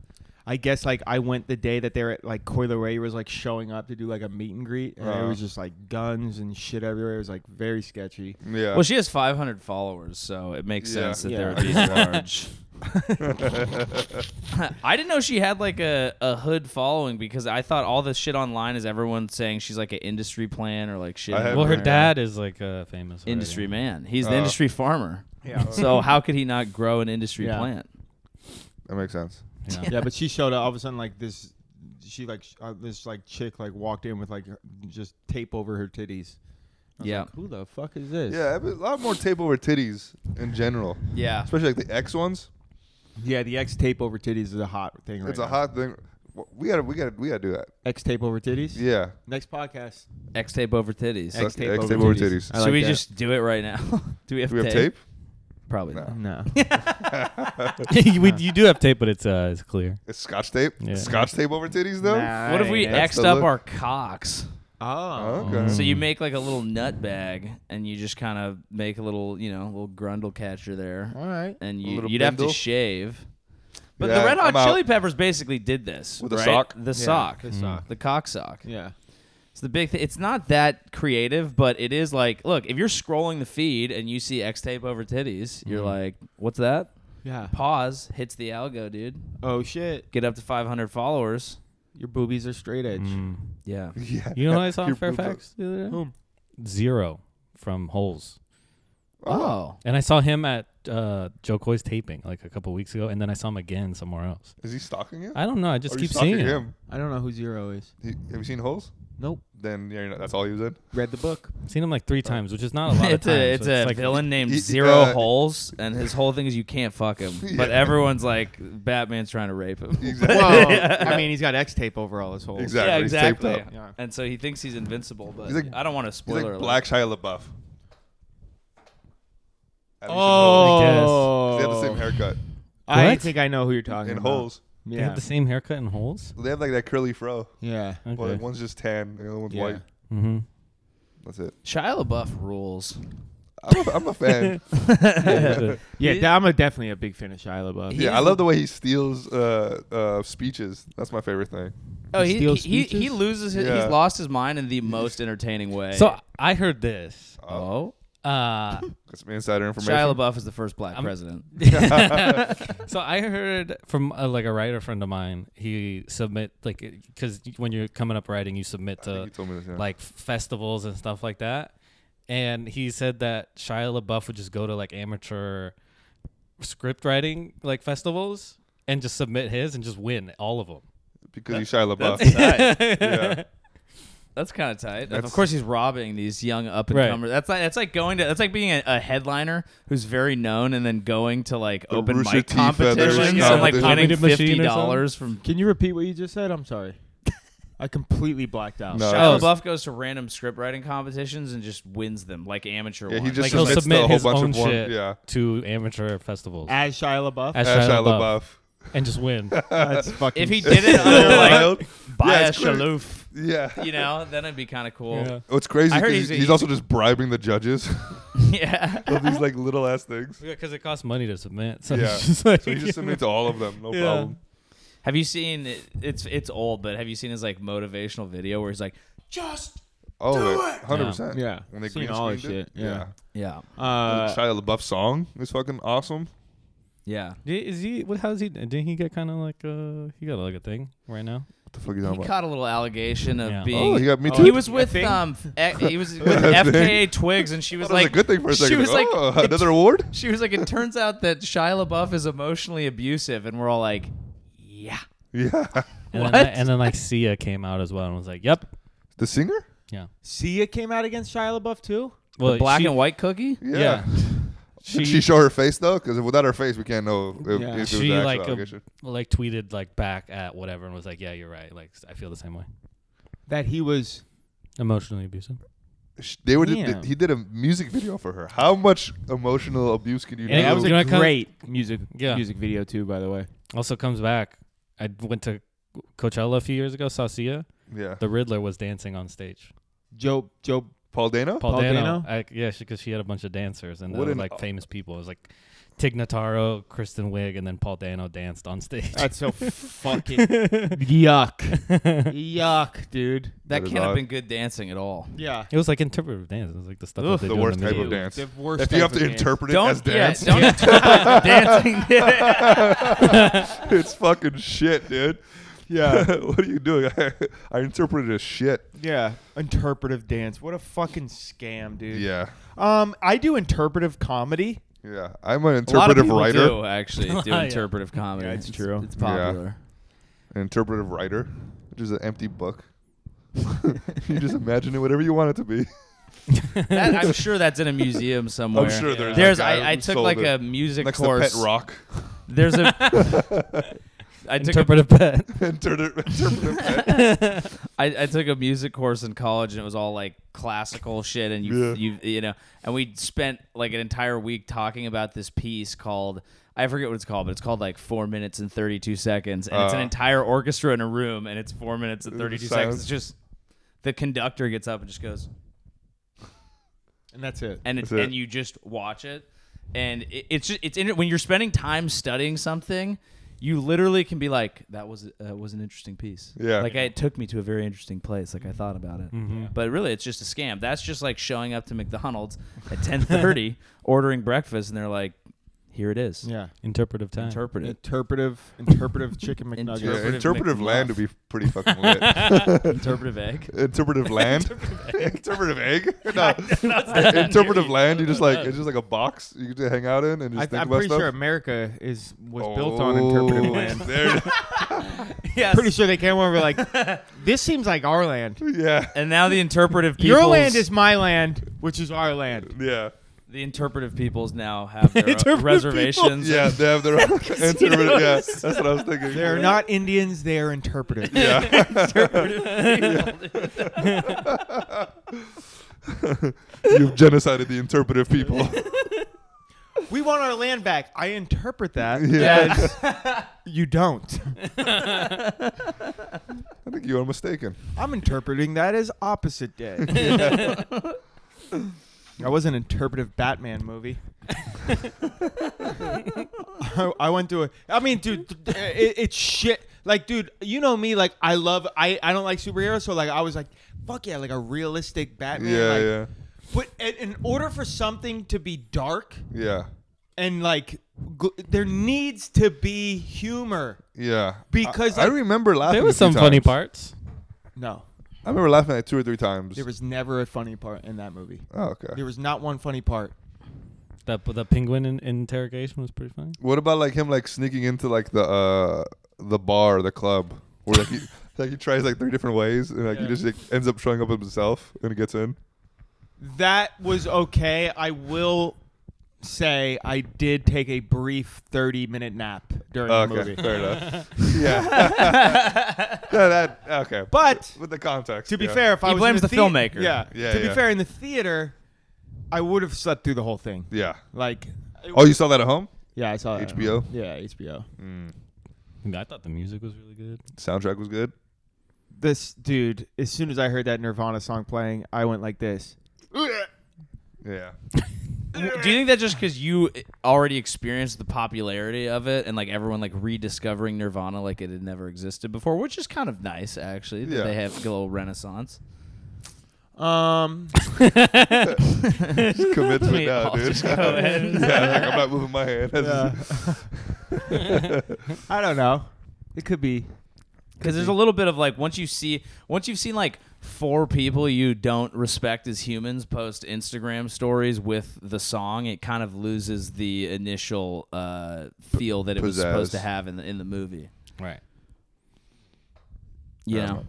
I guess like I went the day that they were at, like Coil Ray was like showing up to do like a meet and greet, and
Uh.
it was just like guns and shit everywhere. It was like very sketchy.
yeah.
Well, she has 500 followers, so it makes
Yeah.
sense that
Yeah.
there
I
would be
guess that-
large. I didn't know she had like a, a hood following because I thought all the shit online is everyone saying she's like an industry plan or like shit.
I
in
haven't
Well, her
Yeah.
dad is like uh, famous. already.
industry man. He's the
Oh.
industry farmer.
Yeah.
So how could he not grow an industry
Yeah.
plant?
that makes sense.
Yeah.
yeah, but she showed up all of a sudden like this. She like sh- uh, this like chick like walked in with like her- just tape over her titties. I was
Yeah.
like, who the fuck is this?
Yeah, a lot more tape over titties in general,
Yeah.
especially like the X ones.
yeah. The X tape over titties is a hot thing right
it's a
now.
hot thing. W- We gotta, we gotta, we gotta do that.
X tape over titties.
Yeah,
Next podcast.
X tape over titties.
X-
X tape over
tape over
titties.
titties.
I
Should
like
we
that.
just do it right now? do we have,
do we have
tape?
tape?
Probably
No.
not.
no?
you, we- you do have tape, but it's uh, it's clear.
It's Scotch tape. Is
Yeah.
Scotch tape over titties though.
What if we
That's
X'd
the
up
look.
our cocks?
Oh.
Okay.
So you make like a little nut bag, and you just kind of make a little, you know, little grundle catcher there,
All right.
and
A
you
little
you'd have to
bindle.
shave. But
Yeah,
the Red Hot
I'm out.
Chili Peppers basically did this
With a
right?
sock?
The sock, Mm.
The sock.
the cock sock.
Yeah.
It's the big thing. It's not that creative, but it is like, look, if you're scrolling the feed and you see X tape over titties, you're
Mm-hmm.
like, what's that?
Yeah.
Pause hits the algo, dude.
Oh shit.
Get up to 500 followers.
Your boobies are straight edge.
Mm.
Yeah.
Yeah.
You know what I saw in
Your boobs are-
Fairfax the other day? Zero from Holes.
Oh.
And I saw him at uh, Joe Coy's taping like a couple weeks ago, and then I saw him again somewhere else.
Is he stalking you?
I don't know. I
Or
just
are Oh, you
keep
stalking
seeing him.
him.
I don't know who Zero is.
He, have you seen holes?
Nope.
Then yeah, you know, that's all he was in.
Read the book.
Seen him like three times, which is not a lot
it's
of times.
a
so
it's a
like,
villain named
he- he-
Zero
uh,
Holes, and his whole thing is you can't fuck him. But
Yeah.
everyone's like, Batman's trying to rape him.
Exactly.
Well, I mean, he's got X tape over all his holes.
Exactly.
Yeah,
He's taped
exactly.
up.
Yeah.
And so he thinks he's invincible, but
He's like-
I don't want to
He's
spoiler
like Black
alert.
Shia LaBeouf. At least in Holes.
Oh.
They have the same haircut
I
What?
think I know who you're talking
in
about.
holes.
They
Yeah.
have the same haircut and Holes.
They have like that curly fro.
yeah.
Okay.
Well, like, one's just tan, and the other one's
Yeah.
white.
mm-hmm.
That's it.
Shia LaBeouf rules.
I'm a, I'm a fan.
Yeah,
He-
da- I'm a definitely a big fan of Shia LaBeouf.
He-
yeah, I love the way he steals uh, uh, speeches. That's my favorite thing.
Oh,
He
he he,
steals
he, he
speeches?
loses. His,
Yeah.
He's lost his mind in the most entertaining way.
So I heard this.
oh,
Uh,
That's some insider information.
Shia LaBeouf is the first black
I'm-
president.
so I heard from uh, like a writer friend of mine. He submit like because when you're coming up writing, you submit
I think
to
he told me this. Yeah.
uh, like festivals and stuff like that. And he said that Shia LaBeouf would just go to like amateur script writing like festivals and just submit his and just win all of them.
because he's Shia LaBeouf.
That's tight.
yeah.
That's kind of tight.
That's-
of course, he's robbing these young up and
Right.
comers. That's like that's like going to that's like being a, a headliner who's very known and then going to like
The
open
Rooster
mic
Teeth Feathers
competitions
competition.
and like winning
Comedy machine or
fifty dollars from.
Can you repeat what you just said? I'm sorry. I completely blacked out.
No,
Shia
it's-
LaBeouf goes to random script writing competitions and just wins them like amateur.
yeah, he
ones. like,
just
he'll
submits to
submit
a whole
his
bunch
own
of one.
shit.
Yeah,
to amateur festivals
As Shia LaBeouf,
as
As Shia
LaBeouf,
LaBeouf.
and just win.
that's fucking.
if he
sick.
did it under like
Wild.
Baya
it's clear.
Shaloof,
Yeah.
you know, then it'd be kind of cool.
Yeah.
What's crazy
I heard
'cause
he's
he's,
a-
he's also just bribing the judges
yeah.
of these like little ass things.
Because it costs money to submit. So
Yeah.
it's just like,
So he just submits all of them, no
Yeah.
problem.
Have you seen it's it's old, but have you seen his like motivational video where he's like, just
Oh, hundred percent.
Yeah.
when they
Seen
green
all that
screened it.
shit, yeah.
yeah,
Uh,
Shia LaBeouf song is fucking awesome.
yeah.
is he? What? How's he? Didn't he get kind of like uh? He got like a thing right now.
What the fuck
He
you talking about?
caught a little allegation of
Yeah.
being.
Oh, he got me
he
too.
was with
thing?
um, F- he was with
That thing.
FKA Twigs, and she was
That was
like,
a good thing for a second.
She was like,
oh,
it-
another award.
She was like, it turns out that Shia LaBeouf is emotionally abusive, and we're all like, yeah,
Yeah,
And
What?
Then, like- and then like Sia came out as well and was like, "Yep,
the singer.
yeah."
Sia came out against Shia LaBeouf too.
Well,
the black
she-
and white cookie.
Yeah. Did
She
she show her face though? Because without her face, we can't know if,
Yeah.
if it was
she
an actual
like uh,
allegation.
like tweeted like back at whatever and was like, "Yeah, you're right. Like I feel the same way."
that he was.
Emotionally abusive.
Sh- They were.
Damn.
He did a music video for her. How much emotional abuse can you do?
And
That was
You know
a
what kind of-
great music
Yeah.
music video too, by the way.
Also comes back. I went to Coachella a few years ago. Saw Sia.
yeah,
The Riddler was dancing on stage.
Joe Joe
Paul Dano.
Paul,
Paul
Dano.
Dano?
I, yeah, because she had a bunch of dancers and they
What
were
an-
like famous people. It was like Tig Notaro, Kristen Wiig, and then Paul Dano danced on stage.
That's so fucking yuck. yuck, dude.
That
That is
can't have
odd.
been good dancing at all.
Yeah.
It was like interpretive dance. It was like the stuff
Ugh,
that they
the
do in
worst type
video.
of dance.
The worst
If you
type
have to
of dance.
interpret it
Don't
as dance,
yeah, don't interpret dancing.
it's fucking shit, dude.
Yeah.
what are you doing? I interpreted it as shit.
yeah. Interpretive dance. What a fucking scam, dude.
Yeah,
Um, I do interpretive comedy.
yeah. I'm an
A lot of
interpretive
people
writer.
do actually do
Yeah.
interpretive comedy.
Yeah, it's
It's-
true.
It's popular.
An interpretive writer, which is an empty book. you just imagine it whatever you want it to be.
That, I'm sure that's in a museum somewhere.
I'm sure there's.
There's.
that guy
I, I
who
took
sold
like
it.
a music
next
course.
to Pet Rock.
There's a. I took a
Interpretive pet.
Interpret- interpretive pet.
I, I took a music course in college and it was all like classical shit and you
Yeah.
you you know and we spent like an entire week talking about this piece called I forget what it's called but it's called like 4 minutes and 32 seconds and it's an
Uh.
entire orchestra in a room and it's 4 minutes and 32 seconds
sounds-
it's just the conductor gets up and just goes
And that's it.
and it's,
That's it.
and you just watch it and it, it's just, it's in when you're spending time studying something you literally can be like that was uh, was an interesting piece
Yeah.
like I, it took me to a very interesting place like i thought about it
Mm-hmm.
but really it's just a scam that's just like showing up to mcdonald's at 10.30 ordering breakfast and they're like here it is
Yeah.
Interpretive time.
interpret it
Interpretive interpretive chicken McNuggets.
Yeah,
Interpretive
interpretive land
McMuff.
would be pretty fucking lit.
interpretive egg
interpretive land, interpretive egg. No, interpretive land. You just like it's just like a box you just hang out in and just
I,
think
I'm
about
pretty
stuff.
sure America is was
Oh,
built on interpretive land.
there-
yes
Pretty sure they came over like, this seems like our land.
yeah,
and now the interpretive peoples,
Your land is my land, which is our land.
yeah,
the interpretive peoples now have their own reservations
yeah. They have their own interpretive. Yeah, that's what I was thinking.
They're not Indians; they are interpreters.
Yeah, you've genocided the interpretive people.
We want our land back. I interpret that.
Yeah.
as you don't.
I think you are mistaken.
I'm interpreting that as opposite day. I was an interpretive Batman movie. I, I went to a. I mean, dude, th- uh, it, it's shit. Like, dude, you know me. Like, I love. I I don't like superheroes, so like, I was like, fuck yeah, like a realistic Batman.
Yeah,
like,
yeah,
But in, in order for something to be dark
yeah,
and like, gl- there needs to be humor.
yeah.
Because,
I, I
like,
remember laughing.
There
a
was
few
some funny
times.
parts.
No,
I remember laughing at it two or three times.
there was never a funny part in that movie.
oh, okay.
There was not one funny part.
That the penguin in, interrogation was pretty funny.
What about like him like sneaking into like the uh the bar, the club? Or like he, like he tries like three different ways, and like he just like, ends up showing up himself, and he gets in.
That was okay. I will say I did take a brief 30 minute nap during
Okay,
the movie.
fair enough. yeah. No, that okay.
But
with the context,
to be
yeah.
fair, if I
He
was
blames
in
the
the, thea-
filmmaker.
Yeah.
Yeah,
To be
yeah.
fair, in the theater, I would have slept through the whole thing.
yeah.
Like,
Oh, you saw that at home?
yeah, I saw that.
HBO?
Yeah, HBO.
I thought the music was really good.
Soundtrack was good.
This dude, as soon as I heard that Nirvana song playing, I went like this.
Yeah.
W- Do you think that just because you already experienced the popularity of it and like everyone like rediscovering Nirvana like it had never existed before, which is kind of nice actually that
Yeah.
they have a little renaissance.
Um,
Commitment
mean,
now,
I'll
dude.
just go in.
yeah, like, I'm not moving my hand.
Yeah. I don't know. It could be.
Because there's a little bit of like once you see once you've seen like four people you don't respect as humans post Instagram stories with the song, it kind of loses the initial uh, feel that it was supposed
Pizzazz.
to have in the in the movie.
Right.
You
Yeah.
know,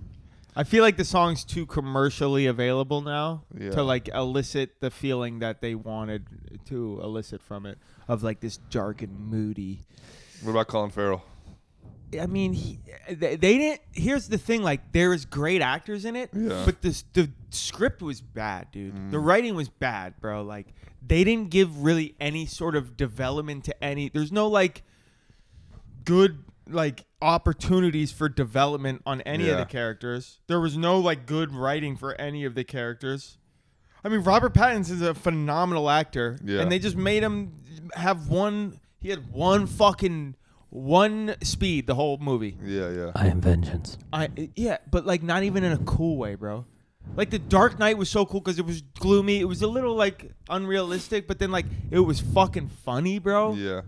I feel like the song's too commercially available now
Yeah.
to like elicit the feeling that they wanted to elicit from it of like this dark and moody.
What about Colin Farrell?
I mean, he, they, they didn't. Here's the thing: like there is great actors in it,
Yeah. Mm.
but this the script was bad, dude. The writing was bad, bro. Like they didn't give really any sort of development to any. There's no like good like opportunities for development on any of
Yeah.
the characters. There was no like good writing for any of the characters. I mean, Robert Pattinson is a phenomenal actor,
Yeah.
and they just made him have one. He had one fucking one speed the whole movie.
Yeah, yeah.
I am vengeance.
I yeah, but like not even in a cool way, bro. Like the Dark Knight was so cool because it was gloomy. It was a little like unrealistic, but then like it was fucking funny, bro.
Yeah,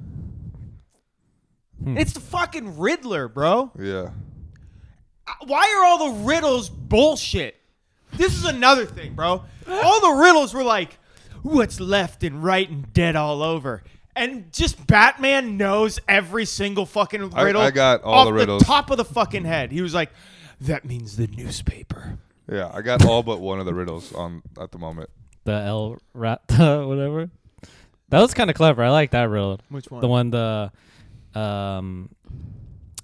It's the fucking Riddler, bro.
yeah.
Why are all the riddles bullshit? This is another thing, bro. All the riddles were like, what's left and right and dead all over. And just Batman knows every single fucking
I-
riddle.
I got all
off
the riddles.
top of the fucking head. He was like, that means the newspaper.
Yeah, I got all but one of the riddles on at the moment.
The El Rata, whatever. That was kind of clever. I like that riddle.
Which one?
The one the um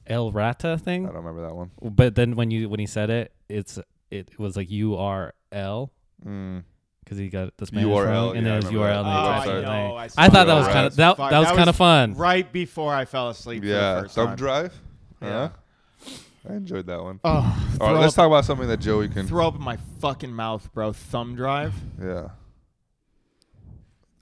El Rata
I
thing.
don't remember that one.
But then when you when he said it, it's it was like U R L
Mm.
because he got the Spanish
URL,
wrong, and
yeah,
then it
I
was
remember
URL.
that.
And then he typed the
Oh, I
know,
thing.
I
I thought
saw
that was
that.
kind of that,
Fuck,
that was
that
kind of
was
fun.
Right before I fell asleep. For
Yeah,
the first
thumb
time.
drive.
Yeah.
Yeah, I enjoyed that one.
Oh,
All right,
throw
let's
up-
talk about something that Joey can.
Throw up in my fucking mouth, bro. Thumb drive.
Yeah,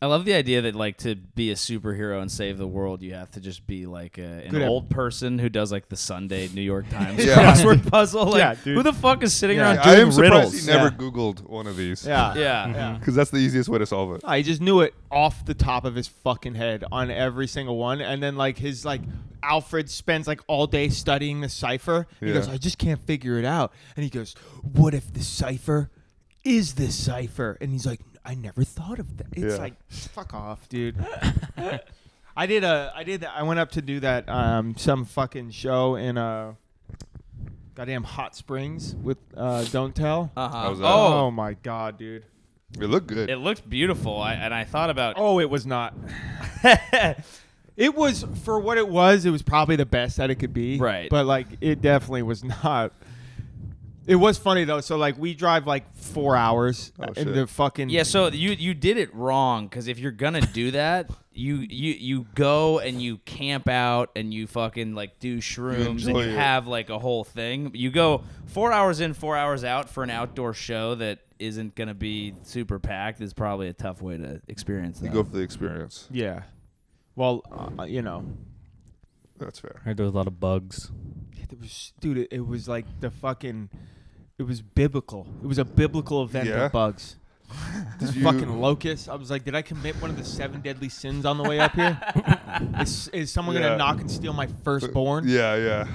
I love the idea that like to be a superhero and save the world, you have to just be like a, an
Good at-
old person who does like the Sunday New York Times
Yeah.
crossword puzzle. Like,
Yeah, dude.
who the fuck is sitting
Yeah.
around
I
doing
am surprised
riddles?
he never
Yeah.
Googled one of these.
Yeah.
yeah.
Yeah.
because that's the easiest way to solve it.
I just knew it off the top of his fucking head on every single one. And then like his like Alfred spends like all day studying the cipher. He
Yeah.
goes, I just can't figure it out. And he goes, What if the cipher is the cipher? And he's like, I never thought of that. It's
Yeah.
like fuck off, dude. I did a I did I went up to do that um some fucking show in uh goddamn hot springs with uh Don't Tell.
Uh-huh.
How's that? uh,
Oh,
oh my god, dude.
It looked good.
it looked beautiful. I, and I thought about
Oh, it was not. it was for what it was. It was probably the best that it could be.
Right.
But like, it definitely was not. It was funny though. So like, we drive like four hours
Oh,
in
shit.
the fucking
Yeah, so you you did it wrong because if you're gonna do that, you you you go and you camp out and you fucking like do shrooms and you
enjoy it.
have like a whole thing. You go four hours in, four hours out for an outdoor show that isn't gonna be super packed. Is probably a tough way to experience that.
you go for the experience.
Yeah. Well, uh, you know,
That's fair.
I heard there was a lot of bugs.
it was, dude. It, it was like the fucking. It was biblical. It was a biblical event
Yeah.
of bugs.
Did
Fucking locusts. I was like, did I commit one of the seven deadly sins on the way up here? is, is someone
Yeah.
gonna knock and steal my firstborn?
Yeah, yeah.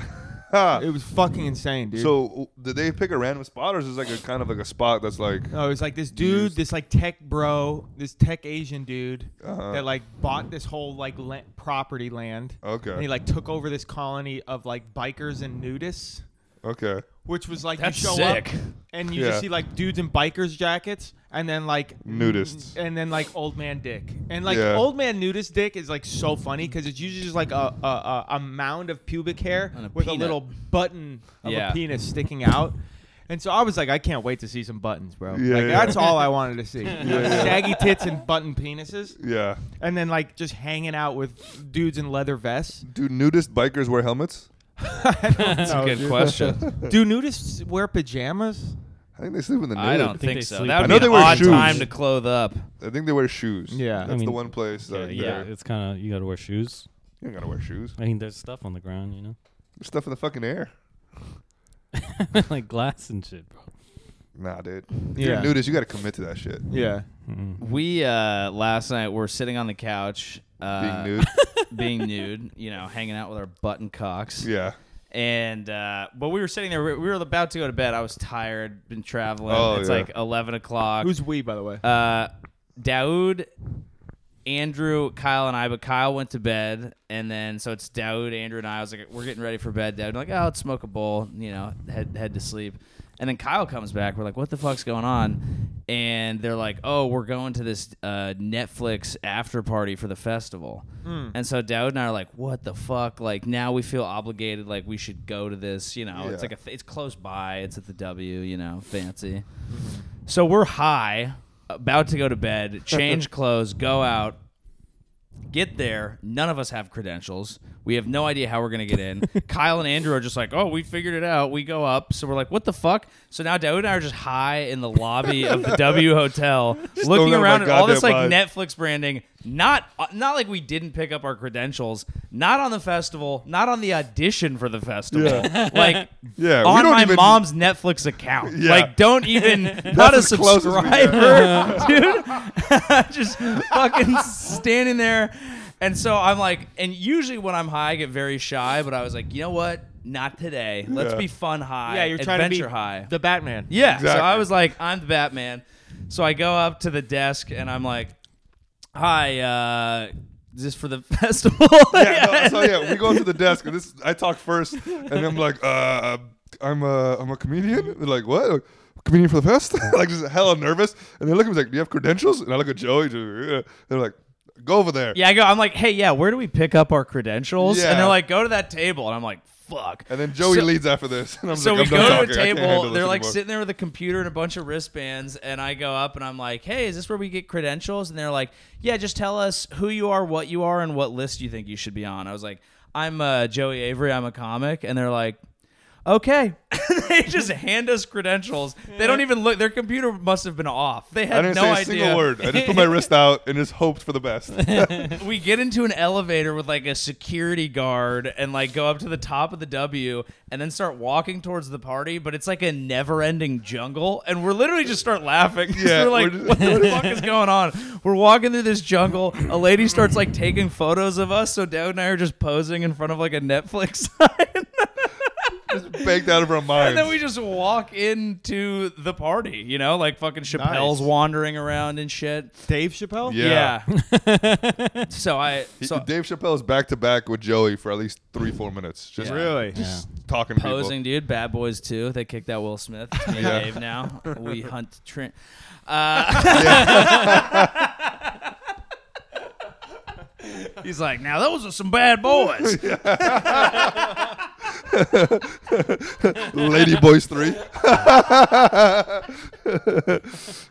Ha.
It was fucking insane, dude.
so w- did they pick a random spot, or is this like a kind of like a spot that's like?
no, it was like this dude, this like tech bro, this tech Asian dude
Uh-huh.
that like bought this whole like la- property land.
Okay.
And he like took over this colony of like bikers and nudists.
Okay.
which was like
That's
you show
sick.
up and you
Yeah.
just see like dudes in bikers jackets and then like
Nudists.
and then like old man dick and like
Yeah.
old man nudist dick is like so funny because it's usually just like a a, a a mound of pubic hair
And a
with
peanut.
a little button of
Yeah.
a penis sticking out. And so I was like, I can't wait to see some buttons, bro.
Yeah,
like,
yeah.
That's all I wanted to see.
yeah.
Shaggy tits and button penises.
Yeah.
And then, like, just hanging out with dudes in leather vests.
Do nudist bikers wear helmets?
I don't
That's
know,
a good
dude.
question.
Do nudists wear pajamas?
I think they sleep in the nude.
I don't
think
think
they
so.
sleep
That
in
would
it. I
be
know
an
they wear
odd
shoes.
time to clothe up.
I think they wear shoes.
Yeah.
That's
I mean-
the one place.
Yeah,
that
yeah,
they're-
it's kind of you got to wear shoes.
You ain't gotta wear shoes.
I mean, there's stuff on the ground, you know,
There's stuff in the fucking air.
like glass and shit, bro.
Nah, dude. If
Yeah.
you're a nudist, you gotta commit to that shit.
Yeah.
Mm-mm.
We uh, last night were sitting on the couch, uh,
Being nude.
being nude, you know, hanging out with our button cocks.
yeah.
And uh, but we were sitting there. We we were about to go to bed. I was tired. Been traveling.
Oh,
it's
yeah.
like eleven o'clock.
Who's we, by the way?
uh, Daoud, Andrew, Kyle, and I. But Kyle went to bed, and then so it's Daoud, Andrew, and I. I was like, we're getting ready for bed. Daoud, like, oh, let's smoke a bowl. You know, head head to sleep. And then Kyle comes back. We're like, what the fuck's going on? And they're like, oh, we're going to this uh, Netflix after party for the festival. And so Daoud and I are like, what the fuck? Like now we feel obligated. Like we should go to this. You know, it's
Yeah.
like a th- it's close by. It's at the W. You know, fancy. So we're high, about to go to bed, change clothes, go out, get there. None of us have credentials. We have no idea how we're going to get in. Kyle and Andrew are just like, oh, we figured it out. We go up. So we're like, what the fuck? So now Daoud and I are just high in the lobby of the W Hotel, looking
throwing out
around
my
at all this like
goddamn
Netflix branding. Not, uh, not like we didn't pick up our credentials. Not on the festival. Not on the audition for the festival. Like,
Yeah, we
on
don't
my
even-
mom's Netflix account.
Yeah.
Like, don't even not a
as close as we
subscriber, dude. just fucking standing there. And so I'm like, and usually when I'm high, I get very shy, but I was like, you know what? Not today. Let's
Yeah.
be fun high.
yeah, you're
adventure
trying to be
high.
the Batman.
yeah. So
Exactly.
I was like, I'm the Batman. So I go up to the desk and I'm like, hi, uh, is this for the festival?
yeah, no, so yeah, we go to the desk, and this I talk first, and I'm like, uh, I'm a I'm a comedian. They're like, what? Like, comedian for the fest? like just hella nervous. And they look at me like, do you have credentials? And I look at Joey. Just, "Yeah." They're like, go over there.
Yeah, I go. I'm like, hey, yeah, where do we pick up our credentials?
Yeah.
And they're like, go to that table. And I'm like, fuck.
And then Joey
So-
leads after this, and I'm
So
like,
we
I'm
go
done
to a
talking. I can't handle
table.
this
They're like
anymore.
sitting there with a computer and a bunch of wristbands. And I go up and I'm like, hey, is this where we get credentials? And they're like, yeah, just tell us who you are, what you are, and what list you think you should be on. I was like, I'm uh, Joey Avery. I'm a comic. And they're like, okay. they just hand us credentials. They don't even look. Their computer must have been off. They had
Mm-hmm. I didn't
no
say a
idea.
single word. I just put my wrist out and just hoped for the best.
we get into an elevator with like a security guard and like go up to the top of the W and then start walking towards the party, but it's like a never ending jungle. And we're literally just start laughing. 'cause
Yeah,
we're like,
we're just-
what the fuck is going on? We're walking through this jungle. A lady starts like taking photos of us. So Dad and I are just posing in front of like a Netflix sign.
Baked out of our minds.
And then we just walk into the party, you know, like fucking Chappelle's
Nice.
wandering around and shit.
Dave Chappelle?
yeah.
so I
He-
so
Dave Chappelle's back to back with Joey for at least three, four minutes. Just
Yeah.
Really?
Yeah.
talking to people.
posing, dude. Bad Boys too. They kicked out Will Smith. It's me and
Yeah.
Dave now. We hunt Trent. Uh, He's like, now those are some bad boys.
Lady Boys 3.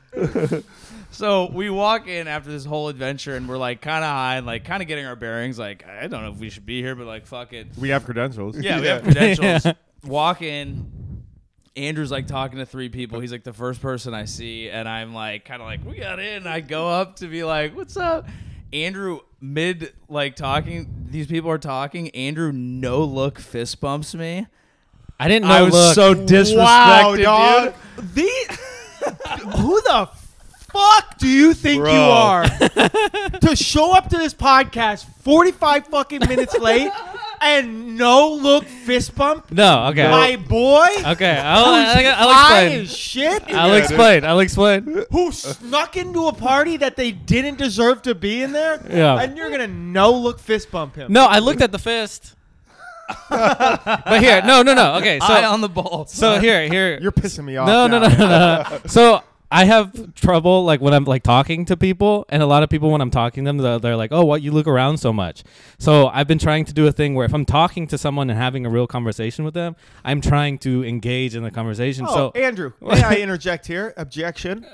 So we walk in after this whole adventure, and we're like kind of high, and like kind of getting our bearings. Like, I don't know if we should be here, but like, fuck it.
We have credentials.
Yeah, we have credentials. Walk in. Andrew's like talking to three people. He's like the first person I see, and I'm like kind of like we got in. I go up to be like, "What's up?" Andrew mid like talking. These people are talking. Andrew no look fist bumps me.
I didn't know.
I was
look,
so disrespected,
Wow, dog.
dude.
The, who the fuck do you think you
Bro.
are to show up to this podcast 45 fucking minutes late and no look fist bump?
no. Okay.
My boy,
okay. I'll, I'll, I'll
high
explain.
as shit,
I'll
dude.
explain. I'll explain.
who snuck into a party that they didn't deserve to be in there,
Yeah.
and you're gonna no look fist bump him.
No, I looked at the fist. But here, no, no, no. Okay,
Eye
so
on the ball.
so here, here.
You're pissing me off.
no,
now.
no, no, no, no. So I have trouble like when I'm like talking to people, and a lot of people when I'm talking to them, they're, they're like, "Oh, what you look around so much." So I've been trying to do a thing where if I'm talking to someone and having a real conversation with them, I'm trying to engage in the conversation.
Oh,
so
Andrew, may I interject here? Objection.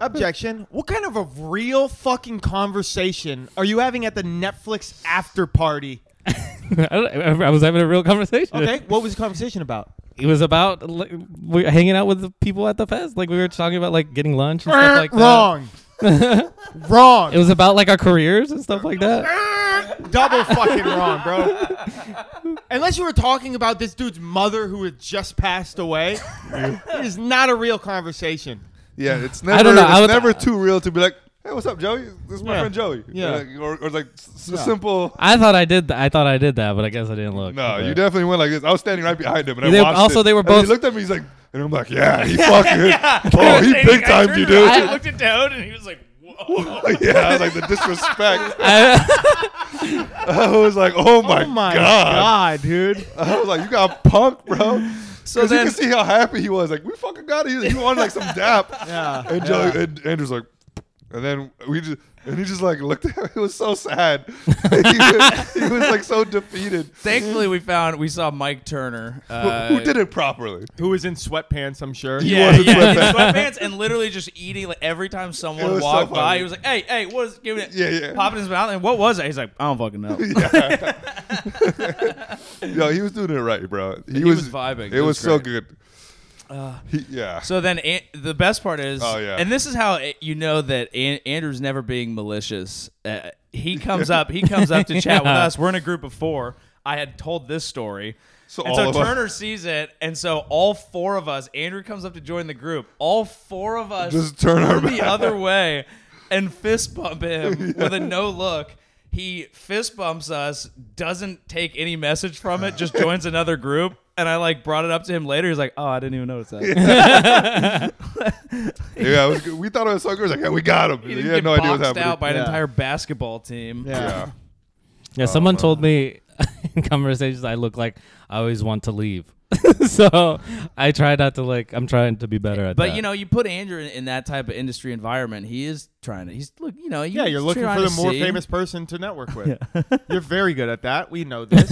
Objection. What kind of a real fucking conversation are you having at the Netflix after party?
I, don't- I was having a real conversation.
Okay, what was the conversation about?
It was about like, we were hanging out with the people at the fest. Like we were talking about like getting lunch and stuff like that.
Wrong.
It
wrong.
was about like our careers and stuff like that.
Double fucking wrong, bro. Unless you were talking about this dude's mother who had just passed away, it is not a real conversation.
Yeah, it's never.
I don't know,
It's
I would-
never too real to be like, "Hey, what's up, Joey? This is my
Yeah.
friend Joey."
Yeah.
Like, or, or like s- s- simple.
I thought I did. Th- I thought I did that, but I guess I didn't look.
No,
But-
you definitely went like this. I was standing right behind him, and
They-
I watched
also,
it.
they were
And then
both-
he looked at me. He's like, and I'm like, "Yeah, he fucking. Oh, he big timed you, dude."
I looked at Dode and he was like, whoa.
yeah, I was like the disrespect.
I-
I was like, "Oh my,
Oh my
god.
god, dude.
I was like, "You got punked, bro."
So
Because you
then,
can see how happy he was. Like, we fucking got it. He- He wanted like some dap.
Yeah.
And, Joe, and Andrew's like, and then we just, and he just like looked at him. It was so sad. he, was, he was, like so defeated.
thankfully, we found we saw Mike Turner. Uh,
Who did it properly?
Who was in sweatpants, I'm sure.
Yeah,
was in
yeah, he was in
sweatpants.
sweatpants and literally just eating. Like every time
It
someone
was so
walked by,
funny.
he was like, "Hey, hey, what is? Give me it."
Yeah, yeah.
Popping his mouth, and what was it? He's like, "I don't fucking know."
Yeah. Yo, he was doing it right, bro. He,
was vibing.
It,
It
was,
was
so good. He- yeah.
So then, An- the best part is,
Oh, yeah.
and this is how it, you know that An- Andrew's never being malicious. Uh, he comes up, he comes up to chat with
Yeah.
us. We're in a group of four. I had told this story,
So
and
all
so
of us-
Turner sees it, and so all four of us. Andrew comes up to join the group. All four of us
Just turn our
the
back.
other way and fist bump him with a no look. He fist bumps us, doesn't take any message from it, just joins another group. And I like brought it up to him later. He's like, "Oh, I didn't even notice that."
yeah, it was good. we thought it was so good. It was like, yeah, we got him.
He
He
didn't
had
get
no idea what
boxed
happened.
out by an
Yeah.
entire basketball team.
yeah.
yeah, someone told me in conversations I look like I always want to leave. so I try not to like. I'm trying to be better at that.
But you know, you put Andrew in, in that type of industry environment, he is trying to. He's look, you know,
Yeah, you're
he's
looking
trying
for the
to
more
see.
famous person to network with. You're very good at that. We know this.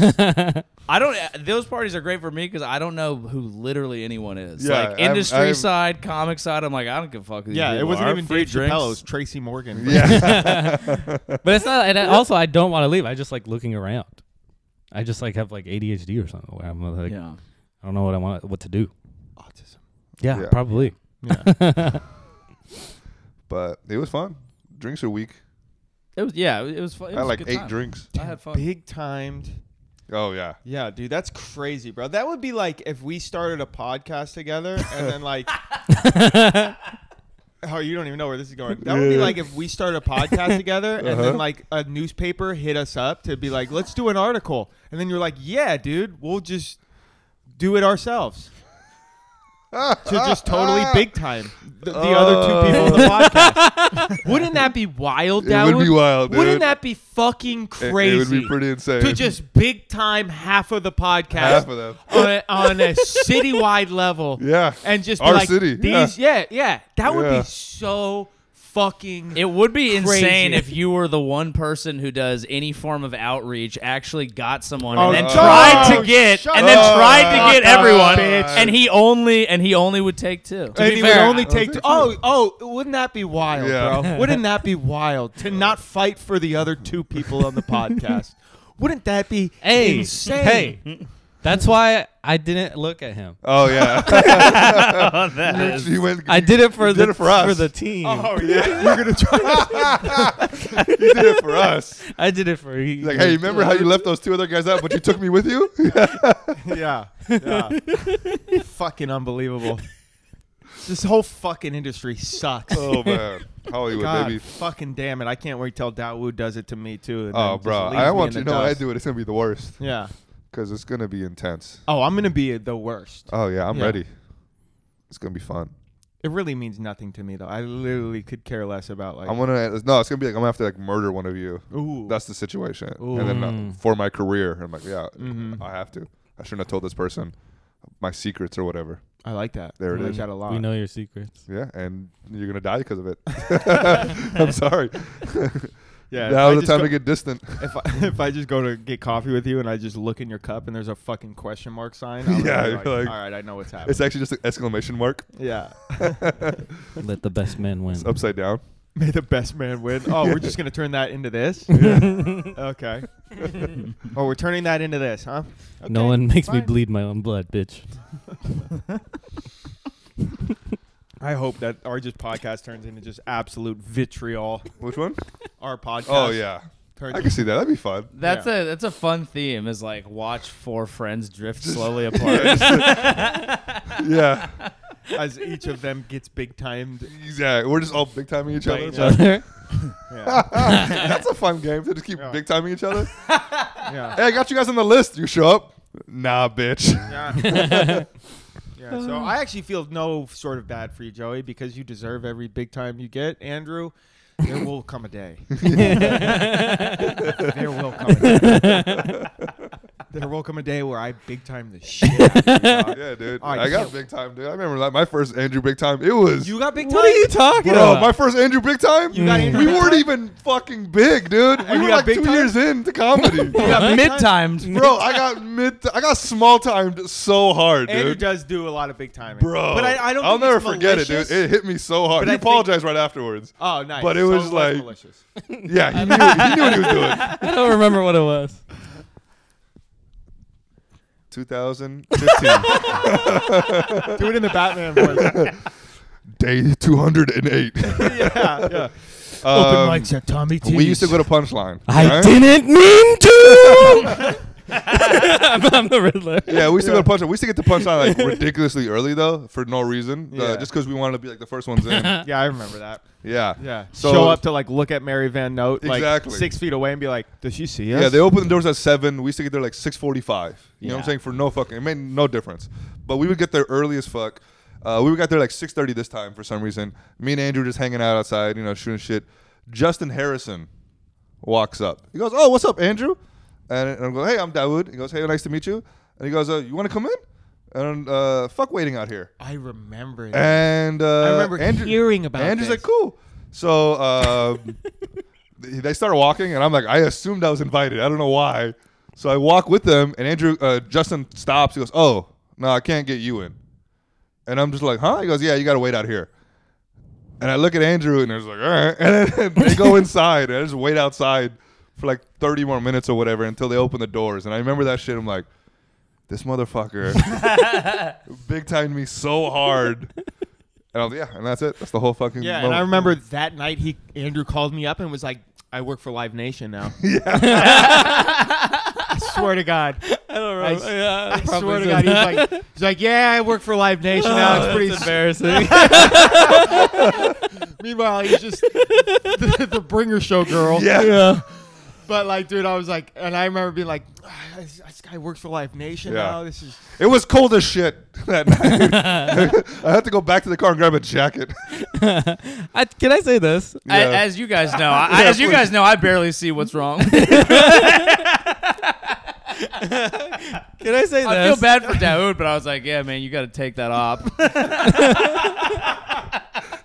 I don't. Those parties are great for me because I don't know who literally anyone is.
Yeah,
like
I'm-
industry
I'm-
side, comic side. I'm like, I don't give a fuck. Who these
yeah, it
people
wasn't
are.
even
free
Dave
drinks.
Chappelle. It was Tracy Morgan.
Yeah.
but it's not. And I- also, I don't want to leave. I just like looking around. I just like have like ADHD or something. Where I'm like,
Yeah.
I don't know what I want, what to do. Autism. Yeah,
Yeah.
probably.
but it was fun. Drinks are weak.
It was. Yeah, it was fun. It
I
was
had
a
like
good
eight
time.
drinks.
I had fun.
Big timed.
Oh yeah.
Yeah, dude, that's crazy, bro. That would be like if we started a podcast together and then like Oh, you don't even know where this is going. That would be
Yeah.
like if we started a podcast together and
Uh-huh.
then like a newspaper hit us up to be like, "Let's do an article." And then you're like, "Yeah, dude, we'll just do it ourselves." to just totally big time the, the other two people in the podcast. Wouldn't that be wild?
Uh. It
That
would be wild,
Wouldn't
dude.
that be fucking
It-
crazy?
It, would be pretty insane.
to just big time half of the podcast
half of them.
on a, on a citywide level.
Yeah.
And just be
Our
like
city,
these yeah, yeah. That would
Yeah.
be so fucking
It would be insane
Crazy.
if you were the one person who does any form of outreach, actually got someone,
Oh,
and then
shut
tried
up.
to get,
Shut
and then
up.
tried to get
Shut up,
everyone,
bitch.
and he only and he only would take two.
and
be
he
fair,
would only
I-
take two, oh oh wouldn't that be wild,
Yeah.
bro? Wouldn't that be wild to not fight for the other two people on the podcast? Wouldn't that be
Hey,
insane?
hey, that's why I didn't look at him.
Oh yeah.
That
you went.
I did it for
you
the
did it for us.
the team.
Oh yeah, you're gonna try.
you did it for us.
I did it for you.
He's like, hey, remember how you left those two other guys out, but you took me with you?
yeah, yeah. fucking unbelievable. This whole fucking industry sucks.
oh man, Hollywood
God,
baby.
fucking damn it! I can't wait till Dawood does it to me too. and then
Oh
just
bro,
leaves
I
me
want
in
you to
the
know when I
dust.
do it. It's gonna be the worst
Yeah.
because it's gonna be intense.
Oh, I'm gonna be the worst.
Oh yeah, I'm
Yeah.
ready. It's gonna be fun.
It really means nothing to me though. I literally could care less about like.
I'm gonna no. It's gonna be like I'm gonna have to like murder one of you.
Ooh.
That's the situation. And then uh, for my career, I'm like, yeah,
Mm-hmm.
I have to. I shouldn't have told this person my secrets or whatever.
I like that.
There it
I like
is.
that a lot.
We know your secrets.
Yeah, and you're gonna die because of it. I'm sorry.
Yeah. if I
now was the
just
time
go-
to get distant.
If I, if I just go to get coffee with you and I just look in your cup and there's a fucking question mark sign, I'm yeah,
Yeah, you're
like,
like-
all right, I know what's happening.
It's actually just an exclamation mark.
yeah.
Let the best men win.
It's upside down.
May the best man win. Oh, we're just gonna turn that into this. okay. oh, we're turning that into this, huh?
no
Okay,
one makes me
fine.
bleed my own blood, bitch.
I hope that our just podcast turns into just absolute vitriol.
Which one?
Our podcast.
Oh yeah,
Turns
I can see that. That'd be fun.
That's
Yeah.
a that's a fun theme. Is like watch four friends drift slowly apart.
Yeah,
as each of them gets big timed.
exactly. We're just all big timing each
By
other.
each
Like,
Yeah.
That's a fun game to just keep
Yeah.
big timing each other.
yeah.
hey, I got you guys on the list. You show up. Nah, bitch.
Yeah. yeah. So I actually feel no sort of bad for you, Joey, because you deserve every big time you get. Andrew, there will come a day. there will come a day. there will come a day where I big time the shit. Out of you, dog.
Yeah, dude.
All right,
I got
so-
big time, dude. I remember like my first Andrew big time. It was
You got big time.
What are you talking
Bro,
about?
my first Andrew Big Time.
You got Andrew
we
Big
weren't
Time?
even fucking big, dude. We
you
were
got
like
Big
two
Time?
years into comedy.
Mid timed.
Bro, I got mid. I got small timed so hard,
Andrew
dude.
does do a lot of big timing,
Bro,
But I, I don't.
I'll
think
never
it's
forget
malicious.
it, dude. It hit me so hard.
But
he
I think-
apologized right afterwards.
oh, nice.
but it
So
was like-
malicious.
Yeah, he knew, he knew what he was doing.
I don't remember what it was.
2015,
do it in the Batman voice.
day 208.
yeah, yeah.
Um,
at Tommy T.
we used to go to Punchline.
I
right?
didn't mean to. I'm, I'm the Riddler.
Yeah, we used to go to Punchline. We used to get to Punchline like ridiculously early though, for no reason, uh,
Yeah.
just because we wanted to be like the first ones in. yeah.
Yeah, I remember that. Yeah.
So-
Show up to like look at Mary Van Note like
Exactly.
six feet away and be like, "Does she see us?"
Yeah, they opened the doors at seven. We used to get there like six forty-five. You know
Yeah.
what I'm saying? For no fucking, it made no difference. But we would get there early as fuck. Uh, we would got there like six thirty this time for some reason. Me and Andrew just hanging out outside, you know, shooting shit. Justin Harrison walks up. He goes, "Oh, what's up, Andrew?" And, and I'm going, "Hey, I'm Dawood." He goes, "Hey, nice to meet you." And he goes, uh, "You want to come in?" And uh, fuck waiting out here.
I remember. That.
And uh,
I remember
Andrew,
hearing about
Andrew's
this.
like, cool. So uh, th- they start walking, and I'm like, I assumed I was invited. I don't know why. So I walk with them, and Andrew uh, Justin stops. He goes, "Oh, no, I can't get you in." And I'm just like, "Huh?" He goes, "Yeah, you got to wait out here." And I look at Andrew, and I was like, "All right." And then they go inside, and I just wait outside for like 30 more minutes or whatever until they open the doors. And I remember that shit. I'm like, "This motherfucker." big timed me so hard. And I was yeah, and that's it. That's the whole fucking
yeah, and
moment.
I remember that night he Andrew called me up and was like, "I work for Live Nation now." yeah. I swear to God.
I don't
I,
remember. yeah,
I
probably
swear to
said
God, he's
that.
like, he's like, yeah, I work for Live Nation now. It's
Oh,
pretty
that's embarrassing.
Meanwhile, he's just the, the bringer show girl.
Yeah.
But like, dude, I was like, and I remember being like, "Ah, this, this guy works for Live Nation
Yeah.
now. This is
It was cold as shit that night. I had to go back to the car and grab a jacket.
I, can I say this?
I,
Yeah.
as you guys know, I, I-
Yeah,
as you
please.
guys know, I barely see what's wrong.
Can I say this?
I feel bad for Daoud, but I was like, yeah, man, you got to take that off.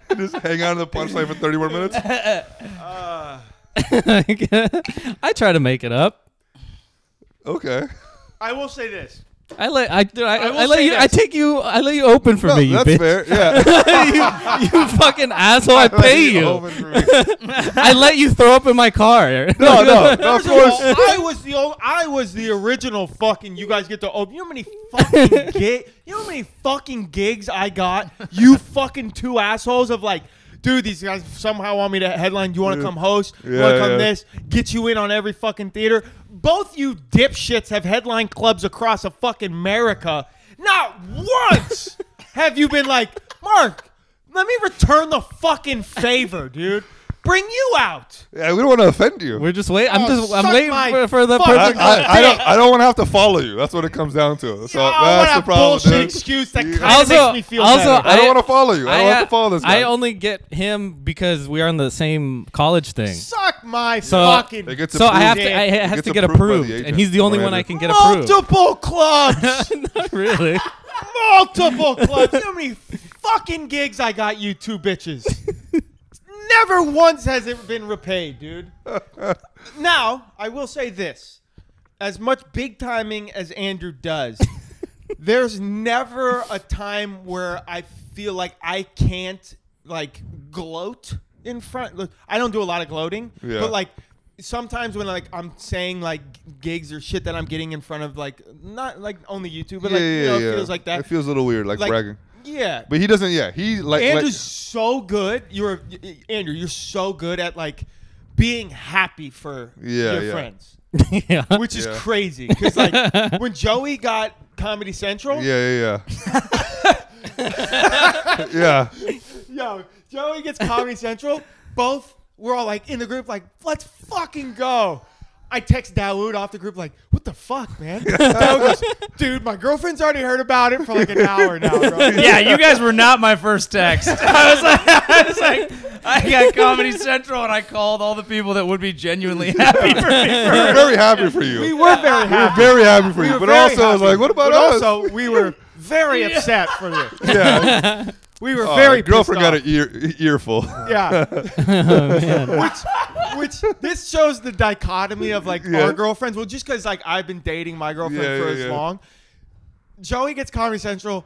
Just hang on to the punchline for 30 more minutes.
I try to make it up.
Okay.
I will say this.
I let I dude, I,
I will
I, let
say
you I
this.
take you I let you open for
No,
me, you
that's
bitch.
fair. Yeah.
you, you fucking asshole! I pay you.
Open for me.
I let you throw up in my car.
No, no, no, of
First of all,
course.
I was the old, I was the original fucking. You guys get to open. You know how many fucking gig? You know how many fucking gigs I got? You fucking two assholes of like, dude, these guys somehow want me to headline. You want to come host? you want
Yeah,
to come
yeah.
this? Get you in on every fucking theater. Both you dipshits have headline clubs across a fucking America. Not once have you been like, Mark, let me return the fucking favor, dude. bring you out.
Yeah, we don't want to offend you.
We're just waiting. I'm
Oh,
just.
suck
I'm waiting
my
for, for the
fuck.
I,
perfect.
I, I don't. I don't want to have to follow you. That's what it comes down to. So
oh,
that's
what a
the problem.
bullshit
dude.
excuse that
You-
kind of
Also-
makes me feel
also,
better.
I don't
I-
want to follow you. I don't want to follow this guy.
I only get him because we are on the same college thing.
Suck my
So-
fucking
It gets
So I
approved.
have to.
Yeah.
I
It
have
gets
to get
approved by the
approved,
agent.
and he's the only
Come on,
one I
Andrew.
can get approved.
multiple clubs.
Not really.
multiple clubs. You know how many fucking gigs I got you two bitches? Never once has it been repaid, dude. Now, I will say this. As much big timing as Andrew does, there's never a time where I feel like I can't like gloat in front. Look, I don't do a lot of gloating,
Yeah.
but like sometimes when like I'm saying like gigs or shit that I'm getting in front of like not like only YouTube, but
yeah,
like
yeah,
you know,
yeah.
it feels like that.
It feels a little weird, like,
Like-
bragging.
yeah.
But he doesn't. Yeah, he like. like-
Andrew's so good. You're Andrew. You're so good at like being happy for
Yeah,
your
yeah.
friends,
yeah.
which is
Yeah.
crazy. Because like when Joey got Comedy Central,
yeah, yeah, yeah. yeah.
yo, Joey gets Comedy Central. Both we're all like in the group, like let's fucking go. I text Dawood off the group like, "What the fuck, man?" Dawood goes, "Dude, my girlfriend's already heard about it for like an hour now, bro."
yeah, you guys were not my first text. I was like, I was like, I got Comedy Central, and I called all the people that would be genuinely happy for me.
We were very happy for you.
We were very
We were
happy.
very happy for
We
you.
were
But
very
also, I was
happy.
like, what about
But
us?
Also, we were very upset for you.
yeah.
We were
Oh,
very
my girlfriend
pissed
got
off.
an ear, e-, earful.
Yeah. which, which this shows the dichotomy of like
Yeah.
our girlfriends. Well, just because like I've been dating my girlfriend
Yeah,
for
yeah,
as
yeah.
long. Joey gets Comedy Central.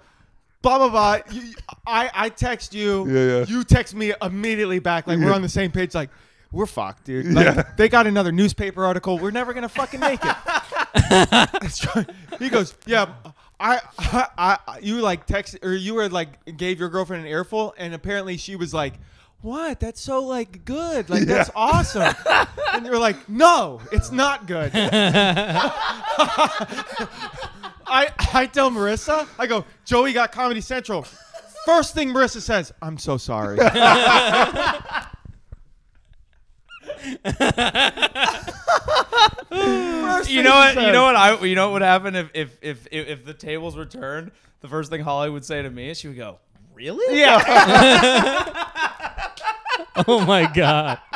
Blah blah blah. You, I I text you.
Yeah, yeah.
You text me immediately back. Like we're
Yeah.
on the same page. Like we're fucked, dude. Like
Yeah.
they got another newspaper article. We're never gonna fucking make it. he goes, yeah. I, I, I, you like text or you were like gave your girlfriend an earful, and apparently she was like, "What? That's so like good. Like that's
Yeah.
awesome." and you're like, "No, it's not good." I, I tell Marissa, I go, "Joey got Comedy Central." First thing Marissa says, "I'm so sorry." First
You
thing
know
she
what? You
says.
know what? I you know what would happen if if if if, if the tables were turned. The first thing Holly would say to me is she would go, "Really?
Yeah.
Oh my god.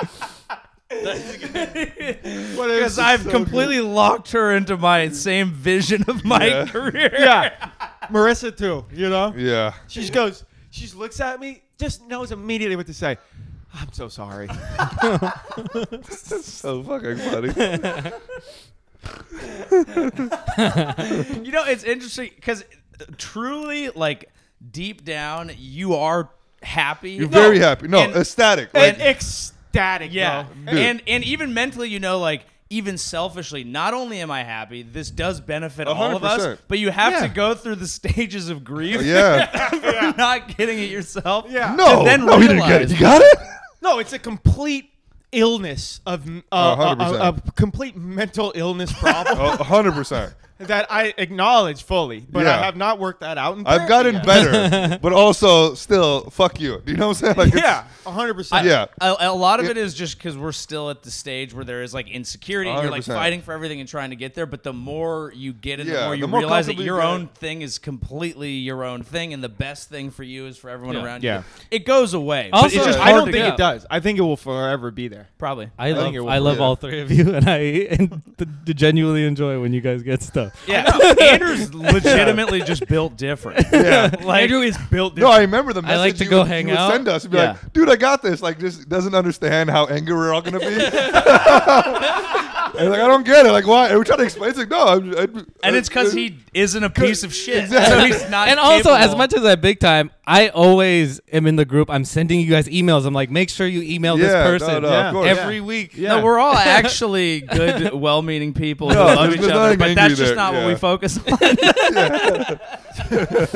Because I've completely locked her into my same vision of my
Yeah.
career.
yeah. Marissa too, you know?
Yeah.
She just goes, she just looks at me, just knows immediately what to say. I'm so sorry.
So fucking funny.
You know, it's interesting because truly, like deep down, you are happy.
You're very happy. No,
and-
ecstatic. Like,
and ecstatic,
Yeah,
Dude.
and and even mentally, you know, like even selfishly, not only am I happy, this does benefit all of us,
100%.
but you have to
Yeah.
go through the stages of grief.
yeah.
for not getting it yourself.
Yeah.
No.
And then
no, he didn't get it.
realize-
You got it?
No, it's a complete illness of uh,
A hundred
a- a,
percent.
a complete mental illness problem
Oh, 100%.
that I acknowledge fully, but I
Yeah.
have not worked that out. In
I've
therapy
gotten
yet.
better, but also still, fuck you. Do you know what I'm saying? Like,
Yeah,
it's-
100%.
yeah.
A, a lot of
It-
it is just because we're still at the stage where there is like insecurity. and You're like
100%.
fighting for everything and trying to get there, but the more you get in, the
Yeah,
more you
the more
realize that
comfortable
your
you get.
own thing is completely your own thing, and the best thing for you is for everyone
Yeah.
around
Yeah.
you. It goes away. but
Also-
it's just
I
I
hard
don't
to
think
get.
it does. I think it will forever be there.
Probably.
I love
it will
I love
yeah.
all three of you, and I and d- d- genuinely enjoy when you guys get stuff.
Yeah, Andrew's legitimately just built different.
Yeah.
Like, Andrew is built
No, I remember the message
I like to
you
go
would,
hang
you would
out.
send us and be
Yeah.
like, dude, I got this. Like, just doesn't understand how angry we're all going to be. and like, I don't get it. Like, why? And we try to explain. It's like, no. I'm, I'm,
and it's because he isn't a piece of shit, so he's not.
and also, as
capable.
much as I big time, I always am in the group. I'm sending you guys emails. I'm like, make sure you email
Yeah,
this person
no, no,
Yeah.
of course.
every week.
No, we're all actually good, well-meaning people who
No,
love
there's-
each
there's
other,
nothing
but that's
angry
just
there,
not what
yeah.
we focus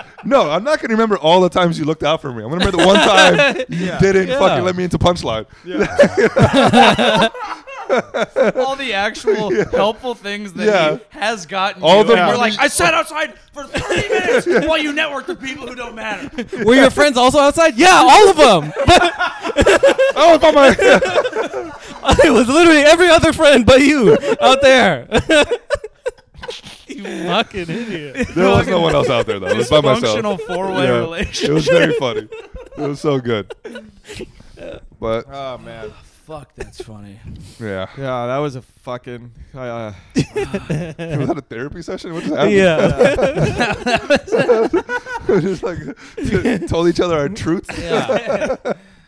on.
No, I'm not going to remember all the times you looked out for me. I'm going to remember the one time you didn't
Yeah.
fucking let me into punchline.
all the actual helpful things that
Yeah.
he has gotten
All
you,
the-
and you're
Yeah.
like, I sat outside for 30 minutes while you networked with people who don't matter.
Were your friends also outside? Yeah, all of them.
I was by my.
it was literally every other friend but you out there. you fucking idiot.
There was no one else out there though. It was by myself.
Functional four-way
Yeah.
relationship.
It was very funny. It was so good. But
Oh man.
Fuck, that's funny.
yeah,
Yeah, that was a fucking. Uh,
was that a therapy session? What just happened?
Yeah.
We just like told each other our truth.
Yeah,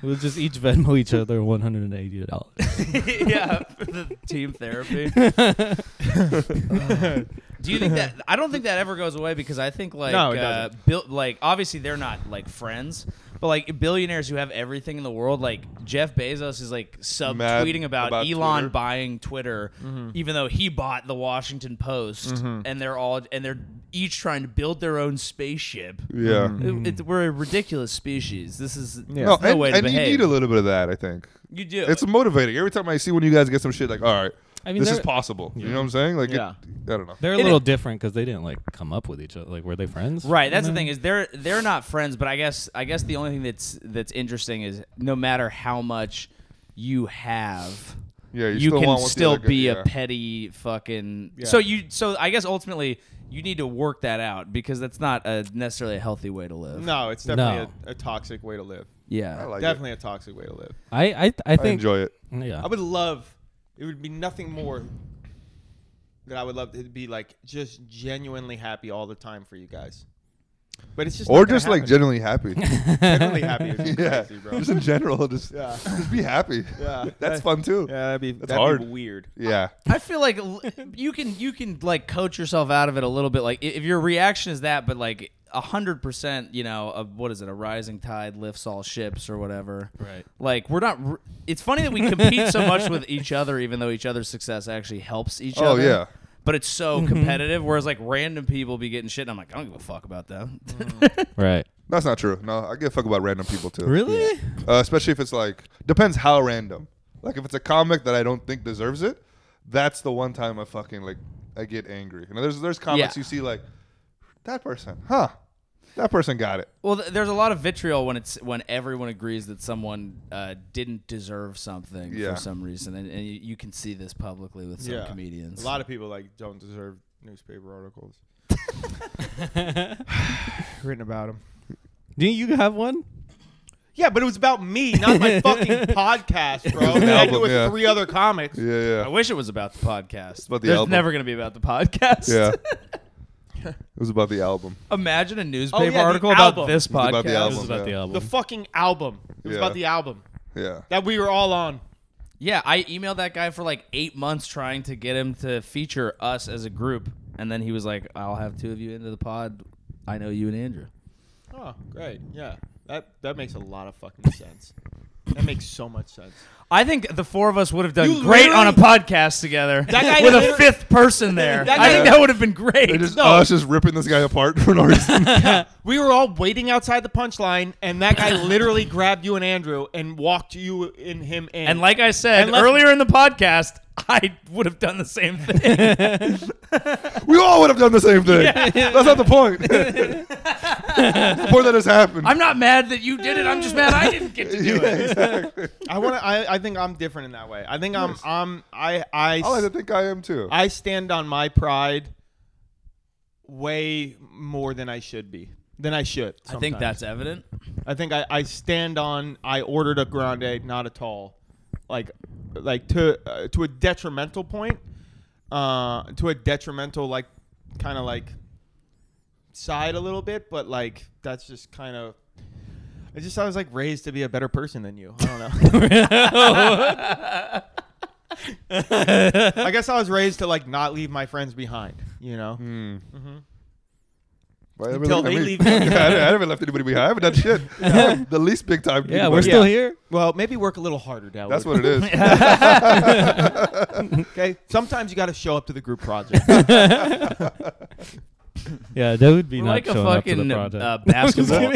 we'll just each Venmo each other one hundred and eighty dollars.
yeah, for the team therapy. Do you think that? I don't think that ever goes away because I think like
No, it
uh,
doesn't.
bil- like obviously they're not like friends, but like billionaires who have everything in the world, like Jeff Bezos is like
Mad
subtweeting about, Elon
about Twitter. Mm-hmm.
buying Twitter, even though he bought the Washington Post, and they're all and they're each trying to build their own spaceship.
Yeah.
It- it- we're a ridiculous species. This is
No,
there's no
Mm-hmm. and,
way to
and you
behave.
need a little bit of that, I think.
you do.
It's motivating. Every time I see when you guys get some shit, like, all right,
I mean,
this is
they're-
possible. You know what I'm saying? Like, it-
Yeah.
I don't know.
They're a
It-
little different because they didn't like come up with each other. Like, were they friends?
Right. That's the
Mm-hmm.
thing is they're they're not friends, but I guess I guess the only thing that's that's interesting is no matter how much you have,
Yeah, you
you,
still
can
want what the
still
other guy-
be
yeah.
a petty fucking. So you so I guess ultimately you need to work that out because that's not a necessarily a healthy way to live.
No, it's definitely a, a toxic way to live.
Yeah.
I like
definitely a toxic way to live.
I I I
it.
think
I enjoy it.
Mm, Yeah.
I would love. It would be nothing more that I would love to be like just genuinely happy all the time for you guys. But it's just
Or
not gonna
just like
happen.
generally happy.
genuinely happy. Is
yeah.
crazy, bro.
Just in general, just,
Yeah.
just be happy.
Yeah.
That's fun too.
Yeah, that'd be that'd
hard.
be weird.
Yeah.
I feel like l- you can you can like coach yourself out of it a little bit. Like i- if your reaction is that, but like a hundred percent, you know, of what is it? A rising tide lifts all ships or whatever.
Right.
Like we're not. r it's funny that we compete so much with each other, even though each other's success actually helps each
Oh,
other.
yeah.
But it's so competitive. Whereas like random people be getting shit, and I'm like, I don't give a fuck about them.
Right.
That's not true. No, I give a fuck about random people too.
Really?
Uh, especially if it's like depends how random. Like if it's a comic that I don't think deserves it, that's the one time I fucking like I get angry. You know, there's there's comics
Yeah.
you see like that person, huh? That person got it.
Well, th- there's a lot of vitriol when it's when everyone agrees that someone uh, didn't deserve something
Yeah.
for some reason, and, and you, you can see this publicly with some
Yeah.
comedians.
A lot of people like don't deserve newspaper articles written about them.
Do you have one?
Yeah, but it was about me, not my fucking podcast, bro.
It was an
And I
album,
do with
yeah.
three other comics.
Yeah,
I
yeah,
wish it was about the podcast.
about
But
the
the There's
album.
never going to be about the podcast.
yeah. it was about the album.
Imagine a newspaper
Oh, yeah, the
article about
album.
this
was
podcast.
about the
This
Oh, album.
is about the
yeah.
album.
The fucking album. It was
Yeah.
about the album
Yeah,
that we were all on.
Yeah, I emailed that guy for like eight months trying to get him to feature us as a group, and then he was like, "I'll have two of you into the pod. I know you and Andrew."
Oh, great. Yeah. That that makes a lot of fucking sense. That makes so much sense.
I think the four of us would have done
You
great on a
literally-
podcast together
That guy
with a
literally-
fifth person there.
That
I
guy-
think that would have been great.
They're just
No.
us just ripping this guy apart for no reason.
We were all waiting outside the punchline, and that guy literally grabbed you and Andrew and walked you and him in.
and like I said
Unless-
earlier in the podcast, I would have done the same thing.
we all would have done the same thing. That's not the point. the point that has happened.
I'm not mad that you did it. I'm just mad I didn't get to do
yeah,
it.
exactly.
I want to. I, I think I'm different in that way. I think I'm. I'm. I. I.
I like to think I am too.
I stand on my pride way more than I should be. Than I should.
I think
sometimes.
that's evident.
I think I, I stand on. I ordered a grande, not a tall, like, like to uh, to a detrimental point, uh, to a detrimental like, kind of like side a little bit, but like that's just kind of. I just I was like raised to be a better person than you. I don't know. I guess I was raised to like not leave my friends behind. You know.
Mm.
Hmm.
Well, I haven't
Until
left- I
they
mean-
leave.
I haven't- I haven't left anybody behind. I haven't done shit. I'm the least big time.
Yeah,
geek
we're
about
still
it.
here.
Well, maybe work a little harder, Dad.
That's what it is.
Okay. Sometimes you got to show up to the group project.
Yeah, that would be
We're like
not
a
showing up to the
fucking
project.
uh, basketball.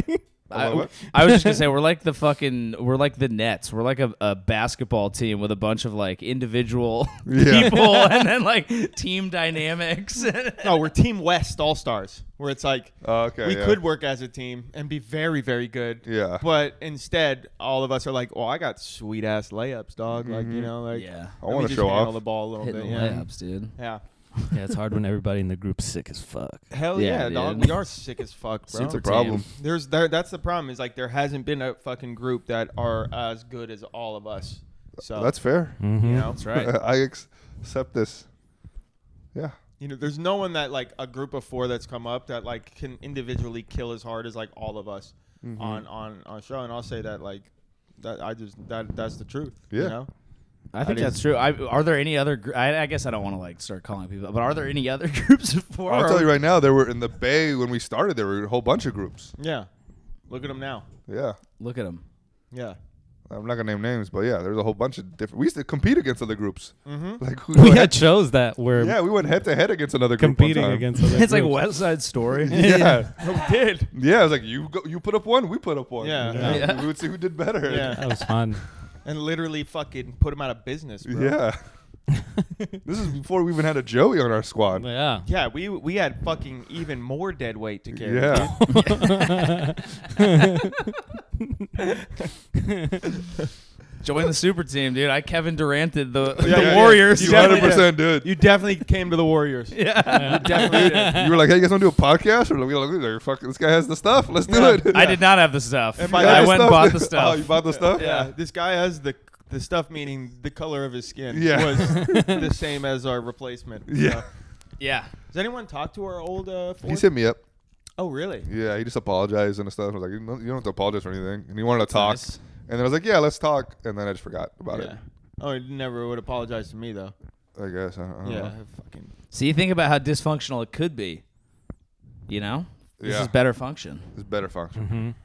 Hello,
I,
what?
I was just gonna say we're like the fucking we're like the Nets. We're like a, a basketball team with a bunch of like individual
Yeah.
people and then like team dynamics.
No, we're Team West All Stars, where it's like
Oh, okay,
we
yeah.
could work as a team and be very, very good.
Yeah.
But instead, all of us are like, "Well, I got sweet ass layups, dog." Like you know, like
Yeah.
Mm-hmm. I
let me
wanna
just
show
handle
off.
the ball a little
Hitting the
bit. Yeah.
layups, dude.
yeah.
yeah, it's hard when everybody in the group's sick as fuck.
Hell
Yeah,
yeah, dog.
dude.
We are sick as fuck, bro.
It's a problem.
There's there. That's the problem. Is like there hasn't been a fucking group that are as good as all of us. So
That's fair.
Mm-hmm.
you know,
That's right.
I ex- accept this. Yeah.
you know, there's no one that like a group of four that's come up that like can individually kill as hard as like all of us
Mm-hmm.
on on on show. And I'll say that like that I just that that's the truth. You
Yeah.
know?
I think
That is-
that's true. I, are there any other? Gr- I, I guess I don't want to like start calling people, but are there any other groups of four?
I'll tell you right now, there were in the Bay when we started. There were a whole bunch of groups.
Yeah. Look at them now.
Yeah.
Look at them.
Yeah.
I'm not gonna name names, but yeah, there's a whole bunch of different. We used to compete against other groups. Mm-hmm. Like we,
We
went-
had shows that were
yeah, we went head to head against another group one
competing
time.
against. Other
It's like
groups.
West Side Story. Oh,
Yeah,
We did.
yeah. It was like you go, you put up one, we put up one.
Yeah.
You know,
Yeah.
we would see who did better.
Yeah.
That was fun.
And literally fucking put them out of business, bro.
yeah. this is before we even had a Joey on our squad.
Yeah.
Yeah, we we had fucking even more dead weight to carry.
Yeah.
dude.
Join the super team, dude. I Kevin Duranted the, the
Yeah, yeah, yeah.
Warriors.
You
Yeah.
hundred percent did.
You definitely came to the Warriors.
Yeah.
Definitely did.
You were like, hey, you guys want to do a podcast? Or we were like, like, fuck, this guy has the stuff. Let's do it.
I did not have the stuff.
by
You got
I
the
went and
stuff?
bought the
oh, you
stuff.
bought the stuff?
Yeah, this guy has the the stuff meaning the color of his skin
Yeah.
was the same as our replacement.
Yeah.
So,
yeah.
does anyone talk to our old uh Ford?
He's hit me up.
Oh really?
Yeah, he just apologized and stuff. I was like, you don't you don't have to apologize for anything. And he wanted to talk.
nice.
And then I was like, yeah, let's talk. And then I just forgot about
Yeah. Oh, he never would apologize to me though.
it. I guess. I don't, I don't
yeah.
know.
Fucking
So you think about how dysfunctional it could be. You know? This
Yeah.
is better function.
It's better function.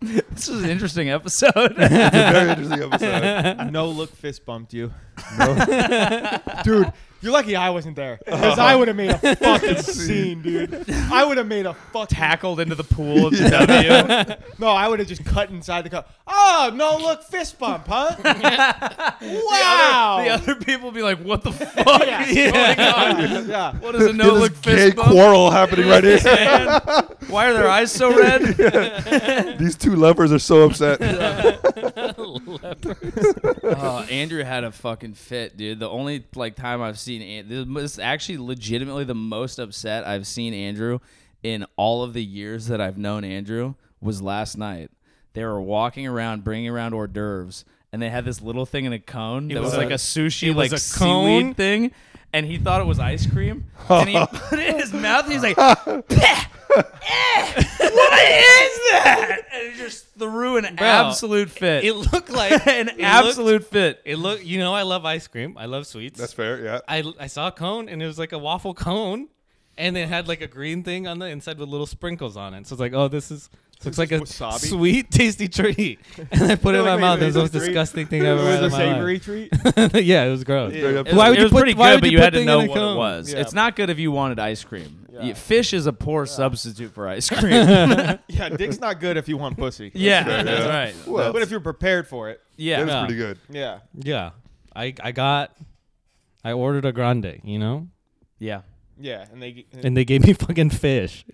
This is an interesting episode.
it's a very interesting episode.
no look fist bumped you.
No.
Dude, you're lucky I wasn't there. Because I would have made a fucking scene, dude. I would have made a fucking
Tackled into the pool of the W.
No, I would have just cut inside the cup. Oh, no look fist bump, huh? wow.
The other people be like, what the fuck
Yeah.
is going on?
yeah.
What is a
Look
no
at
look
this gay
fist bump?
quarrel happening right here.
Man, Why are their eyes so red?
These two lovers are so upset.
Oh, Andrew had a fucking fit, dude. The only like time I've seen An- this was actually legitimately the most upset I've seen Andrew in all of the years that I've known Andrew was last night. They were walking around, bringing around hors d'oeuvres, and they had this little thing in a cone that was,
was
like
a-
a sushi,
it was
like
a
seaweed
cone?
thing. And he thought it was ice cream, and he put it in his mouth. And he's like, "Pah! Eh! "What is that?" And he just threw an absolute fit.
It looked like
an absolute fit.
It look, you know, I love ice cream. I love sweets.
That's fair, yeah.
I I saw a cone and it was like a waffle cone, and it had like a green thing on the inside with little sprinkles on it. So it's like, oh, this is this looks like a
wasabi?
sweet, tasty treat. And I put it in
Like,
my
wait,
mouth. It
wait,
was
it
the
was
most
a treat?
disgusting thing
It
I've ever
was
had
a
in my
savory treat.
life. yeah, it was gross.
Straight up.
Why
it
would you
was
put-
pretty
why
good,
would
but you
you put
had to
thing
know
in a
what it
cone?
was.
Yeah.
It's not good if you wanted ice cream.
Yeah.
Yeah, Fish is a poor substitute for ice cream.
Yeah, dick's not good if you want pussy.
yeah,
fair,
that's
yeah.
right.
Well,
But if you're prepared for it,
Yeah,
that is
Yeah.
pretty good.
yeah.
Yeah, I I got, I ordered a grande, you know,
yeah.
Yeah, and they
and they gave me fucking fish.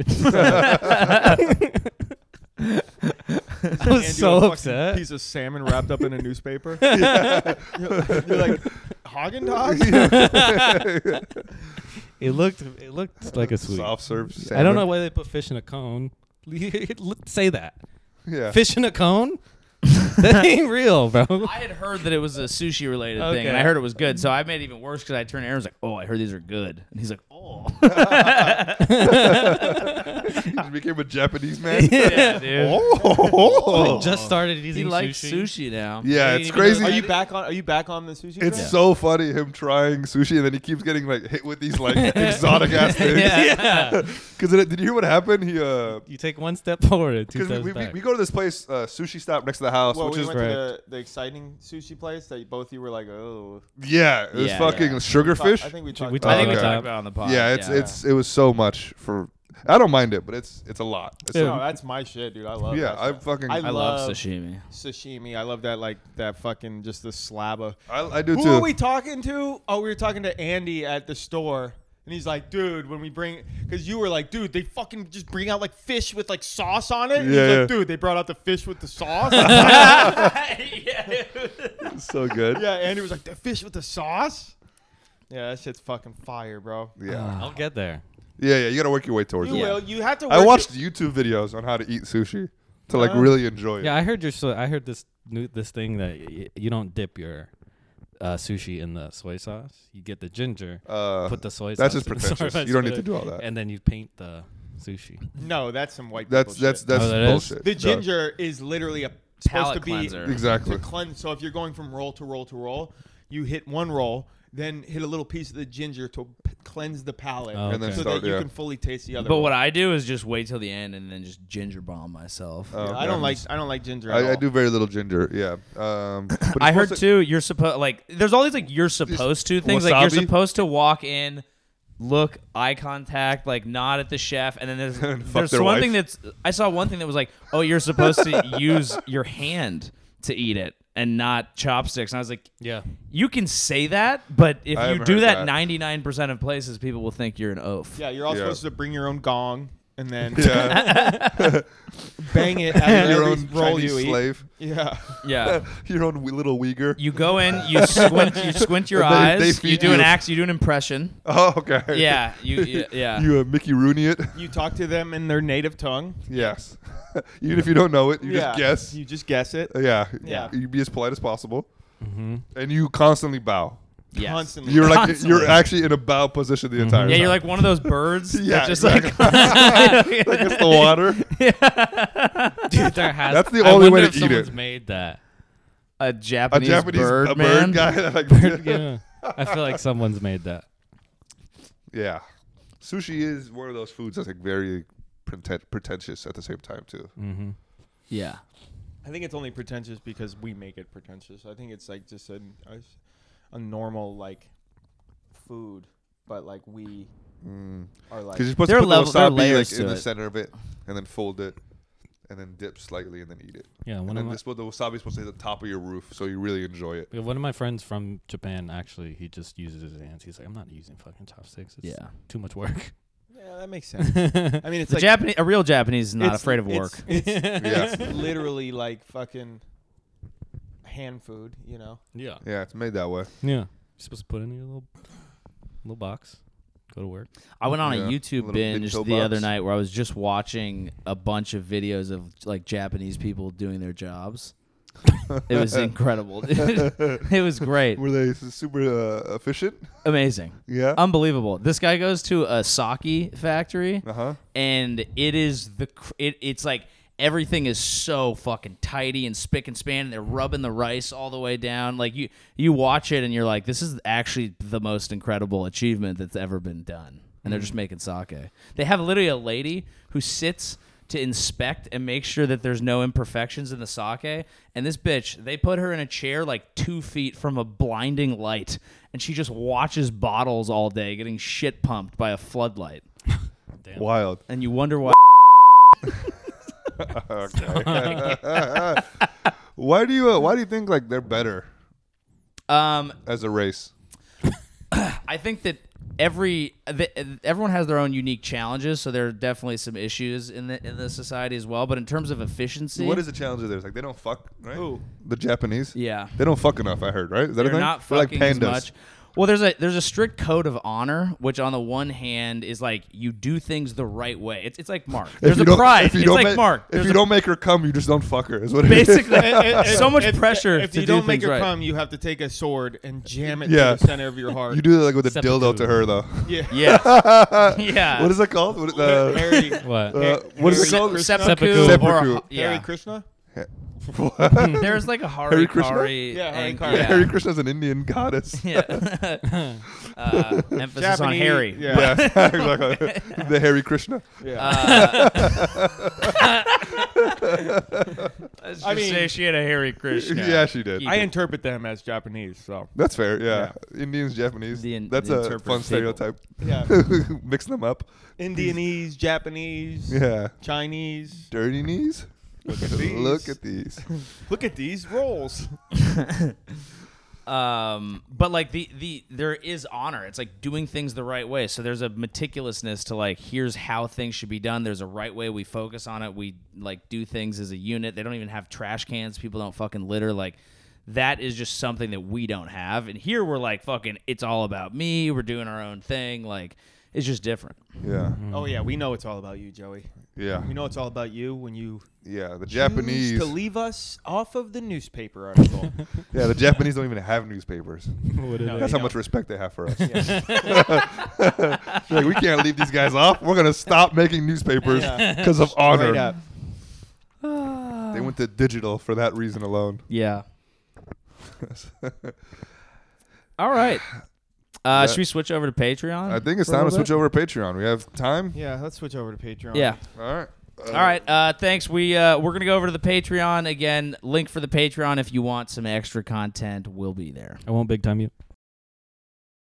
I
hand you
was so
a fucking
upset.
Piece of salmon wrapped up in a newspaper. you're, you're like Haagen Dazs.
It looked it looked like a sweet.
Soft serve
I don't
salmon.
know why they put fish in a cone. Say that
Yeah.
fish in a cone. that ain't real, bro.
I had heard that it was a sushi related thing,
Okay.
and I heard it was good. So I made it even worse because I turned to Aaron and was like, "Oh, I heard these are good," and he's like, "Oh,
He became a Japanese man.
yeah, dude."
Oh.
I just started eating
He likes
sushi.
sushi now.
Yeah,
Hey,
it's
you
crazy.
Are you back on? Are you back on the sushi?
It's
train?
so funny him trying sushi and then he keeps getting like hit with these like exotic ass things.
Yeah.
Cause it, did you hear what happened? He uh,
you take one step forward, and two
cause we,
steps
we, we,
back.
we go to this place uh, sushi stop next to the house,
Well,
which
we
is
went to the, the exciting sushi place that both you were like, oh,
yeah, it was
Yeah,
fucking
yeah.
sugarfish.
I think we
Should
talked.
we
about
talk
I think we
Okay.
talked about it on the pod.
yeah, it's it's it was so much for I don't mind it, but it's it's a lot. It's
No,
a-
that's my shit, dude. I love.
yeah,
that
I
stuff.
fucking
I
I,
I love sashimi.
sashimi. I love that like that fucking just the slab of.
I, do
Who
too.
were we talking to? Oh, we were talking to Andy at the store. And he's like, dude, when we bring, because you were like, dude, they fucking just bring out like fish with like sauce on it. And he's
Yeah,
like,
yeah.
dude, they brought out the fish with the sauce. yeah,
It's so good.
Andy was like, the fish with the sauce? Yeah, that shit's fucking fire, bro.
yeah,
I'll get there.
yeah, yeah. You gotta work your way towards
Uh, You
it.
will. You have to.
I
work Uh-huh.
watched
it-
YouTube videos on how to eat sushi to like really enjoy it.
Yeah, I heard your. So I heard this new this thing that y- you don't dip your uh, sushi in the soy sauce. You get the ginger,
Uh,
put the soy
that's
sauce.
just
in the soy
pretentious.
sauce,
You don't
put
need to
it-
do all that.
And then you paint the sushi.
No, that's some white.
that's
people
that's
shit.
that's
Oh, that is?
bullshit.
The
No.
ginger is literally a supposed
Palate
to be
cleanser.
Exactly.
to cleanse. So if you're going from roll to roll to roll, you hit one roll, then hit a little piece of the ginger to p- cleanse the palate,
Oh, And
then
so
start,
that you
yeah.
can fully taste the other.
But
one.
what I do is just wait till the end and then just ginger bomb myself.
Oh,
I
okay.
don't like, I don't like ginger. At
I, I
all.
do very little ginger. Yeah. Um, but you're
I heard
supposed to-
too. You're supposed like there's all these like you're supposed to things like
wasabi?
you're supposed to walk in, look eye contact, like nod at the chef, and then there's
And fuck
there's
their
one
wife.
thing that's I saw one thing that was like oh you're supposed to use your hand to eat it and not chopsticks, and I was like
Yeah.
you can say that, but if
I
you
haven't
do
heard
that
that.
99% of places, people will think you're an oaf.
Yeah, you're all
Yeah.
supposed to bring your own gong and then
Yeah.
bang it at
your
every
own
roll
Chinese
you eat.
slave.
Yeah,
Yeah.
Your own wee- little Uyghur.
You go in, you squint, you squint your
They- they
eyes, you
feed
do an
you.
act, you do an impression.
Oh, okay.
Yeah, you, you yeah.
You uh, Mickey Rooney it.
you talk to them in their native tongue.
Yes. Even if you don't know it, you
yeah.
just guess.
You just guess it.
Uh, yeah.
Yeah.
You be as polite as possible,
Mm-hmm.
and you constantly bow.
Yes.
Constantly.
You're like
Constantly.
you're actually in a bow position
Mm-hmm.
the entire time.
Mm-hmm. Yeah, you're like one of those birds. that
Yeah,
just like,
like it's the water.
Dude, there has,
That's the
I
only
wonder
way to
if
eat
someone's
it.
made that.
a
A
Japanese,
Japanese
bird,
a bird
man.
guy. That like,
yeah. I feel like someone's made that.
yeah. Sushi is one of those foods that's like very pretent- pretentious at the same time too.
Mm-hmm.
Yeah,
I think it's only pretentious because we make it pretentious. I think it's like just a a, a normal like food, but like we
Mm.
are like
Because you're supposed
There are
to put
level-
the
there are
wasabi
layers
like,
to
in the
it.
center of it, and then fold it, and then dip slightly, and then eat it.
Yeah, one
And
of
then
my,
this, the wasabi is supposed to hit the top of your roof, so you really enjoy it.
yeah, one of my friends from Japan actually, he just uses his hands. He's like, I'm not using fucking chopsticks. It's
yeah.
too much work.
yeah, that makes sense. I mean, it's
The
like
Japanese, a real Japanese is not
it's-
afraid of
it's-
work.
It's,
Yeah.
it's literally like fucking hand food, you know.
yeah.
Yeah, it's made that way.
Yeah. You're supposed to put it in your little little box. Go to work.
I went on
Yeah,
a YouTube
little
binge the
bento
other
box.
night where I was just watching a bunch of videos of like Japanese people doing their jobs. it was incredible. dude. it was great,
Were they s- super uh, efficient?
amazing,
Yeah.
Um, unbelievable. This guy goes to a sake factory.
uh huh.
and it is the cr- it, it's like everything is so fucking tidy and spick and span and they're rubbing the rice all the way down like you you watch it and you're like this is actually the most incredible achievement that's ever been done and they're just making sake they have literally a lady who sits to inspect and make sure that there's no imperfections in the sake and this bitch they put her in a chair like two feet from a blinding light and she just watches bottles all day getting shit pumped by a floodlight
Wild.
and you wonder why
Okay. why do you uh, Why do you think like they're better
Um,
as a race?
I think that every th- everyone has their own unique challenges, so there are definitely some issues in the in the society as well. But in terms of efficiency,
What is the challenge of theirs? Like they don't fuck, right?
Who?
The Japanese.
Yeah.
They don't fuck enough. I heard, right? Is that a
they're
thing?
not
They're like
fucking as
pandas.
much. Well, there's a there's a strict code of honor, which on the one hand is like you do things the right way. It's it's like Mark.
If
There's
you
a
don't-
pride.
If you
It's
don't
like
make,
Mark.
If
There's
you
a-
don't make her come, you just don't fuck her. Is what it is.
basically so much
If-
pressure
If
to
you
do
don't make
things
it
right.
come, you have to take a sword and jam it to
Yeah.
the center of your heart.
You do that like with a
Except
dildo
dude.
to her though.
yeah.
Yeah, yeah.
What is that called? What, uh,
Harry,
What?
uh, what is it
Se-
called?
seppuku,
Seppuku.
or a-
Seppuku.
yeah.
Harry Krishna.
Hmm, There's like a Hari
Hare Krishna?
Kari.
Yeah, Hare
ang-
Kari.
yeah.
Hare Krishna's an Indian goddess.
Yeah. uh, emphasis on
Japanese-
Harry.
Yeah.
Yeah, exactly. the Hare Krishna.
yeah.
Uh, Let's just
I mean-
say she had a Harry Krishna.
yeah, she did.
He-
I interpret them as Japanese, so
That's fair. Yeah, Indians, Japanese.
The in-
That's
the
a
interpretive
fun stereotype.
yeah,
Mixing them up.
Indianese, Japanese,
Yeah.
Chinese.
Dirty knees.
Look at these.
Look at Mm. these.
Look at these rolls.
um but like the the there is honor it's like doing things the right way so there's a meticulousness to like here's how things should be done there's a right way we focus on it we like do things as a unit they don't even have trash cans people don't fucking litter like that is just something that we don't have and here we're like fucking it's all about me we're doing our own thing like it's just different
Yeah.
Oh yeah, we know it's all about you, Joey.
Yeah.
We know it's all about you when you
Yeah. The
choose
Japanese.
to leave us off of the newspaper article.
Yeah. The Japanese don't even have newspapers.
What is
No,
it?
That's
they
how much respect they have for us. They're like, we can't leave these guys off. We're gonna stop making newspapers
Yeah.
because of
don't. Straight
honor.
up.
They went to digital for that reason alone.
yeah all right uh should we switch over to patreon
I think it's
for a
time to
little
switch over to Patreon. We have time.
Yeah, let's switch over to Patreon.
bit? yeah
All right.
All right. Uh, thanks. We uh, we're gonna go over to the Patreon again. Link for the Patreon if you want some extra content. We'll be there.
I won't big time you.